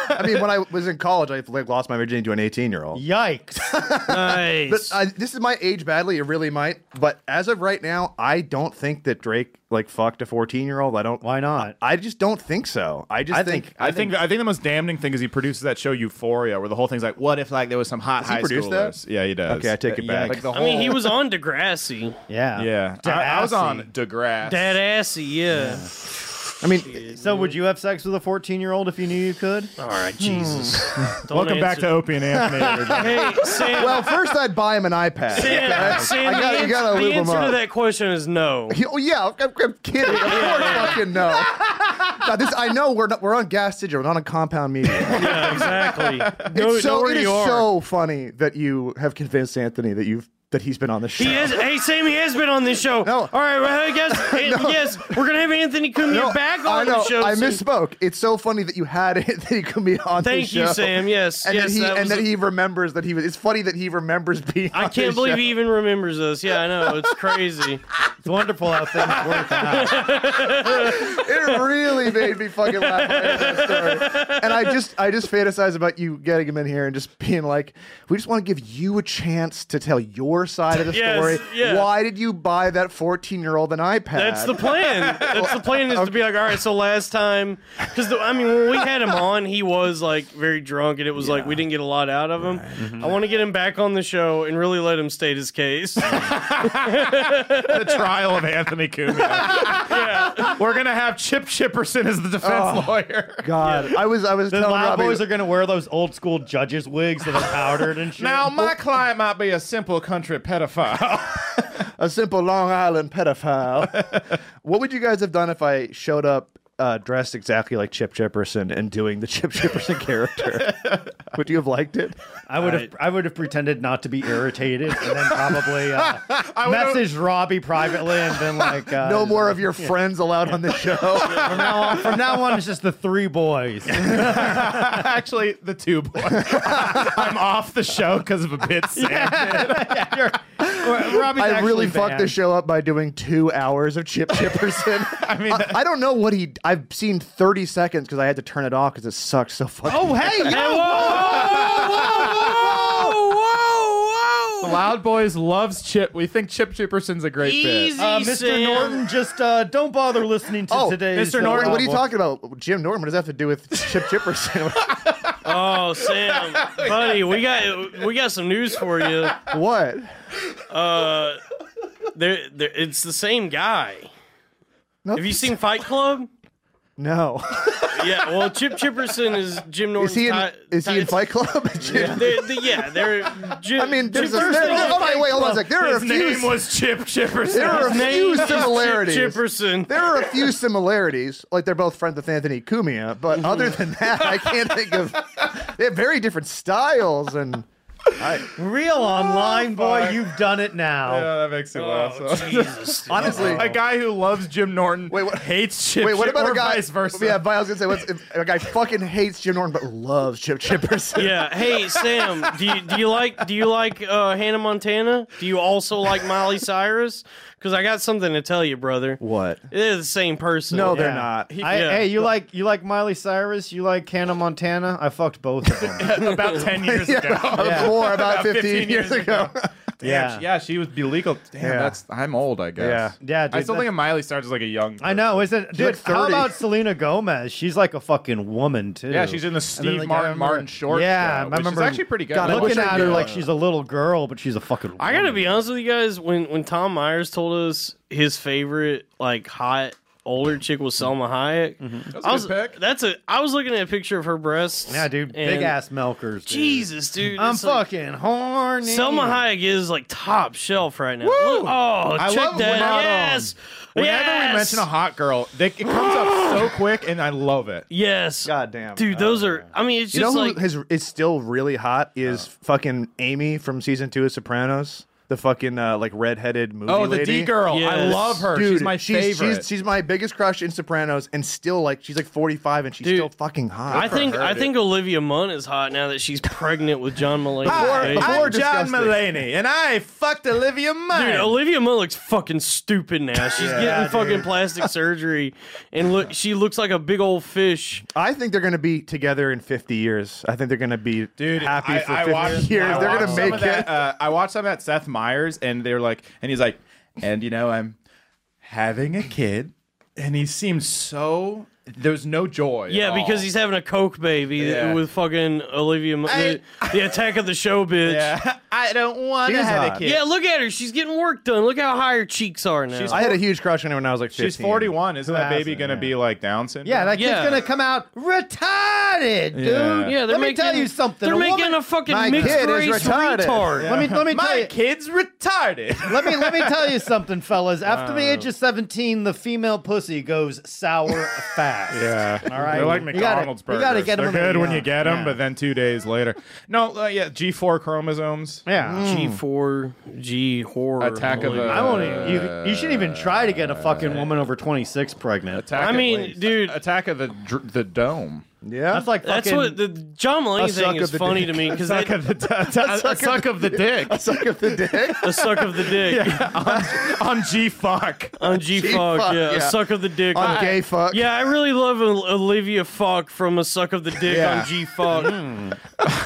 D: I mean, when I was in college, I like, lost my virginity to an eighteen-year-old.
B: Yikes.
C: Nice.
D: But I, this is my age badly. It really might. But as of right now, I don't think that Drake like fucked a fourteen-year-old. I don't.
B: Why not?
D: I just don't think so. I just
B: I
D: think,
B: think-
A: I think I think the most damning thing is he produces that show Euphoria, where the whole thing's like, "What if like there was some hot
D: he
A: high
D: produce
A: schoolers?"
D: that?
A: Yeah, he does.
D: Okay, I take it
A: Yeah,
D: back.
A: Like the
C: I
A: whole,
C: mean, he was on Degrassi,
B: Yeah.
A: Yeah, I, I was
B: Degrassi.
A: on Degrassi.
C: Dad assy. Yeah.
D: I mean,
B: So would you have sex with a 14-year-old if you knew you could?
C: All right, Jesus. Hmm. Don't
A: Welcome back to
C: answer-
A: Opie and Anthony. everybody.
C: Hey, Sam.
D: well, first I'd buy him an iPad.
C: Sam,
D: okay?
C: Sam,
D: I gotta,
C: the
D: you gotta
C: answer, the
D: lube him
C: answer to
D: up.
C: that question is no.
D: He- Oh yeah, I'm, I'm kidding. Of course, fucking no. No, this I know we're not, we're on gas digital, we're not on compound media.
C: Yeah, exactly. Go,
D: It's
C: know
D: so
C: where
D: it is
C: you are.
D: so funny that you have convinced Anthony that you've that he's been on the show.
C: He is. Hey, Sam, he has been on this show.
D: No.
C: All right, well, I guess yes, we're gonna have Anthony Cumia
D: No,
C: back on
D: I know.
C: the show.
D: I
C: soon.
D: misspoke. It's so funny that you had Anthony Cumia on the
C: Thank
D: show.
C: you, Sam. Yes,
D: And
C: yes.
D: that he
C: that
D: and
C: was
D: that
C: a-
D: he remembers that he was. It's funny that he remembers being.
C: I
D: on
C: can't
D: this
C: believe
D: show.
C: he even remembers us. Yeah, I know. It's crazy.
B: It's wonderful how things work out.
D: It really made me fucking laugh. when I heard that story. And I just, I just fantasize about you getting him in here and just being like, we just want to give you a chance to tell your side of the
C: Yes,
D: story.
C: yeah.
D: Why did you buy that fourteen-year-old an iPad?
C: That's the plan. That's the plan is to be like, all right. So last time, because I mean, when we had him on, he was like very drunk, and it was like we didn't get a lot out of him. I want to get him back on the show and really let him state his case.
A: the trial of Anthony Cumia. We're gonna have Chip Chipperson as the
D: Oh.
A: defense lawyer.
D: God. I was, I was
B: The
D: telling
B: loud
D: Robbie.
B: boys are gonna wear those old school judges wigs that are powdered and shit.
A: Now, my client might be a simple country pedophile.
D: a simple Long Island pedophile. what would you guys have done if I showed up uh, dressed exactly like Chip Chipperson and doing the Chip Chipperson character, would you have liked it?
B: I would have I would have pretended not to be irritated and then probably uh, messaged Robbie privately and been like, uh,
D: No more of your friends allowed on the show.
B: From now on, from now on, it's just the three boys.
A: Actually, the two boys. I'm off the show because of a bit. Sam
B: You're- Robbie's
D: I
B: actually
D: really fucked the
B: banned.
D: show up by doing two hours of Chip Chipperson. I
A: mean,
D: I, don't know what he. I've seen thirty seconds because I had to turn it off because it sucks so fucking.
B: Oh hey, yo,
A: The Loud Boys loves Chip. We think Chip Chipperson's a great
C: Easy,
B: uh, Mr.
C: Sam.
B: Norton, just uh, don't bother listening to
D: Oh,
B: today's.
A: Mr. Norton,
B: uh,
D: What are you talking about, Jim Norton? What does that have to do with Chip Chipperson?
C: Oh, Sam, buddy, we got we got some news for you.
D: what?
C: There, there, it's the same guy.
D: No.
C: Have you seen Fight Club?
D: No.
C: Yeah. Well, Chip Chipperson is Jim Norton's.
D: Is he in,
C: ti-
D: is
C: ti-
D: he in
C: it's-
D: Fight Club? Jim-
C: They're, they- yeah, they're. Jim,
D: I mean, there's a,
C: Chipperson
D: there,
C: is-
D: oh, wait, wait, hold on a sec. There are a
A: His
D: few.
A: name was Chip
D: there
A: Chipperson.
D: are a
C: his name
D: few
C: is Chip
D: similarities.
C: Chipperson.
D: There are a few similarities. Like they're both friends with Anthony Cumia,
A: Mm-hmm.
D: but other than that, I can't think of. They have very different styles, and
B: Real online boy,
A: fuck.
B: you've done it now.
A: that makes it
C: Oh, Jesus. dude.
D: honestly,
A: A guy who loves Jim Norton
D: Wait, what-
A: hates Chip
D: wait, what
A: Chip-
D: about
A: or
D: a guy?
A: vice versa.
D: Yeah, but I was gonna say, what's, if a guy fucking hates Jim Norton but loves Chip Chipperson.
C: Yeah. Hey, Sam. Do you do you like do you like uh, Hannah Montana? Do you also like Miley Cyrus? Because I got something to tell you, brother.
D: What?
C: They're the same person.
D: No,
B: Yeah.
D: they're not.
B: I,
C: yeah.
B: Hey, you like you like Miley Cyrus? You like Hannah Montana? I fucked both of them.
A: about 10 years
D: Yeah,
A: ago.
B: Yeah.
D: More about,
A: About
D: 15,
A: 15
D: years
A: years
D: ago.
B: yeah.
A: yeah, she was illegal. Damn,
D: Yeah.
A: that's I'm old, I guess.
B: Yeah. Yeah, dude,
A: I still think
B: that's-
A: of Miley Cyrus as like a young.
B: I know, isn't dude?
D: like
B: how
D: 30.
B: about Selena Gomez? She's like a fucking woman too.
A: Yeah, she's in the Steve
B: like, I
A: Martin
B: remember-
A: Martin short.
B: Yeah, I
A: show, which is
B: remember-
A: actually pretty good.
D: God, I wish
B: Looking
D: I
B: at
D: knew
B: her
D: that.
B: like she's a little girl, but she's a fucking.
C: I
B: woman.
C: gotta be honest with you guys. When when Tom Myers told us his favorite like hot older chick was Selma Hayek,
A: That's a
C: I Mm-hmm. was
A: good pick.
C: that's a I was looking at a picture of her breasts.
B: Yeah, dude, big
C: and-
B: ass milkers. dude.
C: Jesus, dude.
B: I'm
C: it's like-
B: fucking horny.
C: Selma Hayek is like top shelf right now.
A: Woo!
C: Look- oh,
A: I
C: check
A: love
C: that.
A: when- Not on.
C: yes.
A: Whenever
C: yes.
A: we mention a hot girl, they, it comes up so quick, and I love it.
C: Yes.
D: God damn.
C: Dude, those are.
A: uh,
C: I mean, it's
D: You know
C: just
D: who
C: like.
D: has, is still really hot is
A: Oh.
D: fucking Amy from season two of Sopranos, the fucking uh, like redheaded movie.
A: Oh, the
D: lady.
A: D girl, I
C: Yes.
A: love her.
D: Dude,
A: she's my
D: she's,
A: favorite.
D: She's, she's my biggest crush in Sopranos, and still like she's like 45 and she's
C: Dude,
D: still fucking hot.
C: I think
A: her,
C: I
A: dude.
C: think Olivia Munn is hot now that she's pregnant with John Mulaney.
A: Hi,
C: baby.
D: before-
A: I'm John
D: disgusting.
A: Mulaney, and I fucked Olivia Munn.
C: Dude, Olivia Munn looks fucking stupid now. She's getting fucking plastic surgery, and look, she looks like a big old fish.
D: I think they're gonna be together in 50 years. I think they're gonna be
A: Dude,
D: happy
A: I,
D: for
A: I
D: 50
A: watched,
D: years.
A: I
D: they're
A: watched
D: gonna
A: some
D: make
A: of
D: it.
A: that, uh, I watched some at Seth Meyers, and they're like, and he's like, and you know, I'm having a kid, and he seemed so. There's no joy. at
C: Yeah, because
A: all.
C: he's having a coke baby
A: Yeah.
C: with fucking Olivia Munn. the, the attack of the show, bitch. Yeah.
A: Yeah, I don't want
D: She's
A: to have
D: hot.
A: a kid.
C: look at her. She's getting work done. Look how high her cheeks are now.
A: She's-
D: I had a huge crush on her when I was like 15.
A: she's 41. Isn't that
B: hasn't,
A: baby gonna
B: yeah.
A: be like Down syndrome?
B: Yeah, that
C: Yeah.
B: kid's gonna come out retarded, dude.
A: Yeah.
C: yeah, they're
B: let me
C: making,
B: tell you something.
C: They're
B: a
C: making
B: woman-
C: a fucking
D: My
C: mixed
D: kid is
C: race
D: retarded.
C: retard.
B: Let me let me tell
A: my
B: you.
A: kid's retarded.
B: Let me let me tell you something, fellas. After the age of seventeen, the female pussy goes sour fast. All right.
A: They're like
B: You gotta-
A: McDonald's
B: you
A: burgers.
B: gotta get
A: They're
B: them when
A: good
B: they're
A: when you
B: young.
A: get them,
B: Yeah.
A: but then two days later. No, uh, yeah, G4 chromosomes.
B: Yeah.
C: G four G horror
A: Attack of
C: Holy-
A: the-
B: Mm. Hmm. I won't even. You, you shouldn't even try to get a fucking woman over 26 pregnant.
A: Attack
C: I
A: at
C: mean,
A: least.
C: dude-
A: Attack of the dr- the dome.
D: Yeah.
B: That's like fucking.
C: That's what the John Mulaney
D: suck
C: thing is
D: of the
C: funny
D: dick.
C: to me because
A: Attack
C: a
A: of the attack suck of the dick
D: suck up the dick.
C: suck of the dick
A: on G fuck.
C: on G fuck,
D: G-Fuck,
C: yeah, a
D: yeah.
C: suck of the dick
D: on
C: I-
D: gay fuck.
C: Yeah, I really love Ol- Olivia fuck from a suck of the dick
A: Yeah.
C: on G fuck.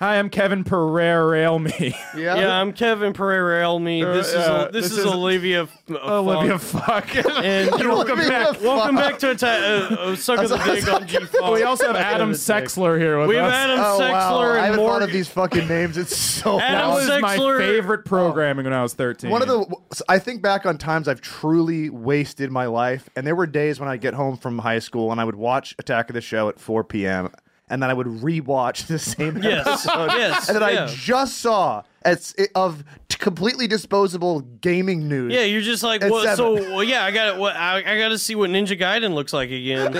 A: Hi, I'm Kevin Pereira. Rail me,
D: Yeah.
C: yeah, I'm Kevin Pereira Elmy. This is
A: yeah,
C: this,
A: this
C: is,
A: is-
C: Olivia. F- uh,
A: Olivia
C: Fuck.
A: fuck.
C: And you know,
D: Olivia
C: welcome back.
D: Fuck.
C: Welcome back to attack uh, uh, suck of the dick on G fuck.
A: we also have Adam Sexler here with
C: We have
A: us.
C: Adam
D: Oh
C: Sexler
D: wow!
C: and
D: I haven't
C: Morgan.
D: thought of these fucking names. It's so
A: that
C: Adam
D: long.
A: was my
C: Sexler-
A: favorite programming when I was 13.
D: One of the, I think back on times I've truly wasted my life, and there were days when I get home from high school and I would watch Attack of the Show at 4 p.m. and then I would rewatch the same
C: Yes.
D: episode
C: Yes.
D: and that
C: yeah.
D: I just saw as of completely disposable gaming news.
C: Yeah, you're just like,
D: At
C: well, so
D: seven.
C: well, yeah, I got What I, I got to see what Ninja Gaiden looks like again.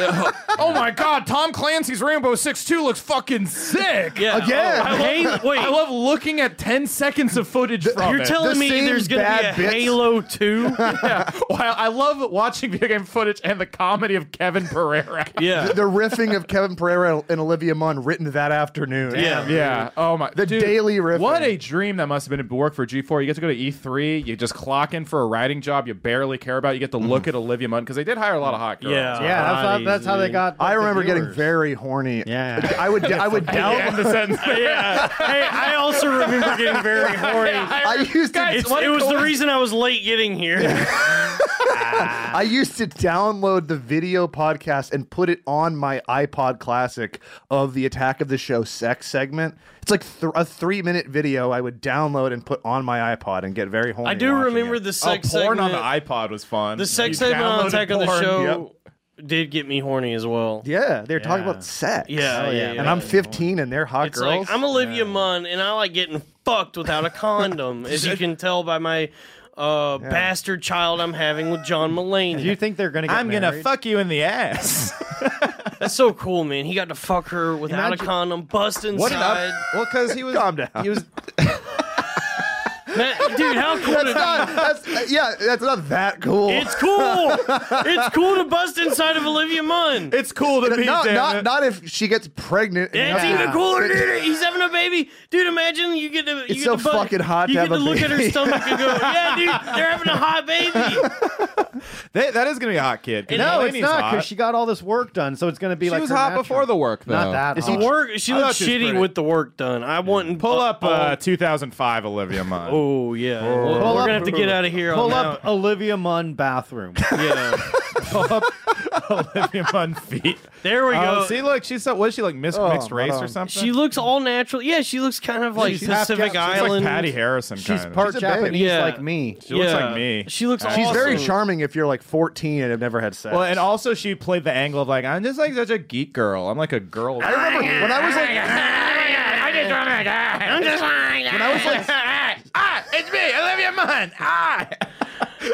A: oh my god, Tom Clancy's Rambo 6-2 looks fucking sick.
C: Yeah,
D: Again.
C: Oh, I love- wait,
A: I love looking at 10 seconds of footage from
C: you're
A: it.
C: telling
D: the
C: me
D: same
C: there's gonna be a
D: bad bits.
C: Halo Two?
A: yeah. While I love watching video game footage and the comedy of Kevin Pereira.
C: yeah,
D: The riffing of Kevin Pereira and Olivia Munn written that afternoon.
C: yeah,
A: Yeah. Oh my. The
D: daily riffing.
A: What a dream that must have been to work for G4. You get to go to E3. You just clock in for a writing job you barely care about. You get to look at Olivia Munn because they did hire a lot of hot girls.
C: Mm-hmm. Yeah.
B: Yeah, that's how,
C: Bodies,
B: that's how they
C: dude.
B: got.
D: I
B: like, the
D: remember getting
B: viewers.
D: very horny.
B: Yeah.
D: I would I would
A: Hey,
D: download
A: end the sentence.
C: yeah. Hey, I also remember getting very horny.
D: I used to
A: Guys,
C: It's,
A: what
C: it
A: a
C: was the
A: coinc-
C: reason I was late getting here.
D: I used to download the video podcast and put it on my iPod Classic of the Attack of the Show sex segment. It's like th- a three minute video I would download and put on my iPod and get very horny.
C: I do
D: watching
C: remember
D: it.
C: the sex
A: oh, porn
C: segment.
A: on the iPod was fun.
C: the sex
A: You
C: segment on
A: downloaded
C: Attack of the
A: porn.
C: Show did get me horny as well.
D: Yeah, they're talking about sex.
C: Yeah, Oh, yeah, yeah,
D: and I'm 15 and they're hot
C: It's
D: girls.
C: like I'm Olivia Munn, and I like getting fucked without a condom, as you can tell by my uh, bastard child I'm having with John
B: Do you
C: Mulaney.
B: think they're gonna? Get
A: I'm gonna
B: married?
A: fuck you in the ass.
C: That's so cool, man. He got to fuck her without
B: Imagine-
C: a condom, bust inside.
A: What an up? Well, because he was.
D: Calm down.
A: He was.
C: Man, dude, how cool!
D: That's
C: it-
D: not- that's- uh, yeah, that's not that cool.
C: it's cool. it's cool to bust inside of Olivia Munn.
A: It's cool to be.
D: not,
A: damn
D: not,
A: it.
D: not if she gets pregnant. and
C: It's
D: nothing-
C: even cooler, dude. He's having a baby, dude. Imagine you get to. You
D: It's
C: get
D: so
C: to bug-
D: fucking hot
C: You
D: to
C: get
D: have
C: to
D: a
C: look at her
D: baby.
C: stomach and go, "Yeah, dude, they're having a hot baby."
A: That- that is gonna be a hot kid. 'cause
B: No, it's
A: Mulaney's
B: not
A: hot.
B: because she got all this work done, so it's gonna be
A: She
B: like
A: was
B: her
A: hot
B: natural.
A: before the work, though.
B: Not that
D: Is
B: hot.
D: he
C: The work. She
A: I thought
C: looks
A: she was
C: shitty
A: pretty.
C: with the work done. I wouldn't
A: Pull up
C: oh,
A: uh, 2005 Olivia Munn.
C: Oh yeah, we're,
B: Pull
C: we're
B: up-
C: gonna have to get out of here.
B: Pull
C: on
B: up Olivia Munn bathroom.
C: that. yeah.
A: Olivia Munn feet.
C: There we go. Oh,
A: Oh, see, look, she's so, what is she like mis- mixed race
D: hold
A: or
D: on.
A: something?
C: she looks all natural. Yeah, she looks kind of like
B: She's half
C: Pacific
B: Jap-
A: She's like
C: Island.
A: Patty Harrison.
B: She's
A: kind
B: part
D: She's a babe.
B: Japanese,
C: Yeah.
B: like me.
A: She looks
C: Yeah.
A: like me.
C: She looks.
A: She's
D: She's very
C: awesome.
D: charming if you're like 14 and have never had sex.
A: Well, and also she played the angle of like I'm just like such a geek girl. I'm like a girl.
D: I remember when I was like, I just I'm just when I was like,
A: ah, it's me, Olivia Munn. Ah.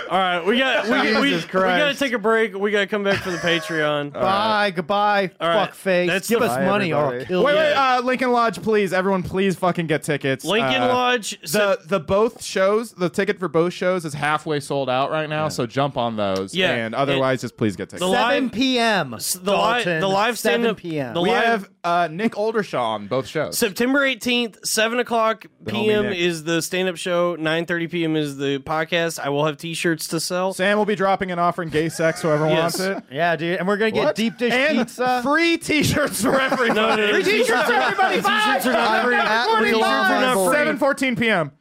C: All right, we got we, we, we,
B: Jesus Christ.
C: got to take a break. We got to come back for the Patreon.
B: Bye, goodbye,
C: right.
B: fuck face.
C: That's
B: Give
C: the-
B: us
D: Bye,
B: money or I'll
D: everybody.
B: kill
A: Wait,
B: you.
A: wait, uh, Lincoln Lodge, please, everyone, please, fucking get tickets.
C: Lincoln
A: Uh,
C: Lodge.
A: The the both shows, the ticket for both shows is halfway sold out right now, so jump on those.
C: Yeah.
A: and otherwise, just please get tickets.
C: The
B: 7
C: live-
B: p.m.
C: the live-
B: Dalton,
C: the live
B: 7
C: stand-up-
B: p.m.
C: the
A: we
C: live-
A: have uh, Nick Oldershaw on both shows.
C: September 18th, 7 o'clock p.m.
A: Nick.
C: is the stand up show. 9.30 p.m. is the podcast. I will have t shirts to sell.
A: Sam will be dropping and offering gay sex whoever
C: Yes.
A: wants it.
B: yeah, dude, and we're gonna get
A: What?
B: deep dish
A: and
B: pizza.
A: Free t-shirts for everyone.
C: no, no, no.
A: free t-shirts for everybody.
C: T-shirts are not
D: I'm
C: free.
D: at
C: T-shirts are not
D: reliable.
C: free.
A: Seven fourteen p.m.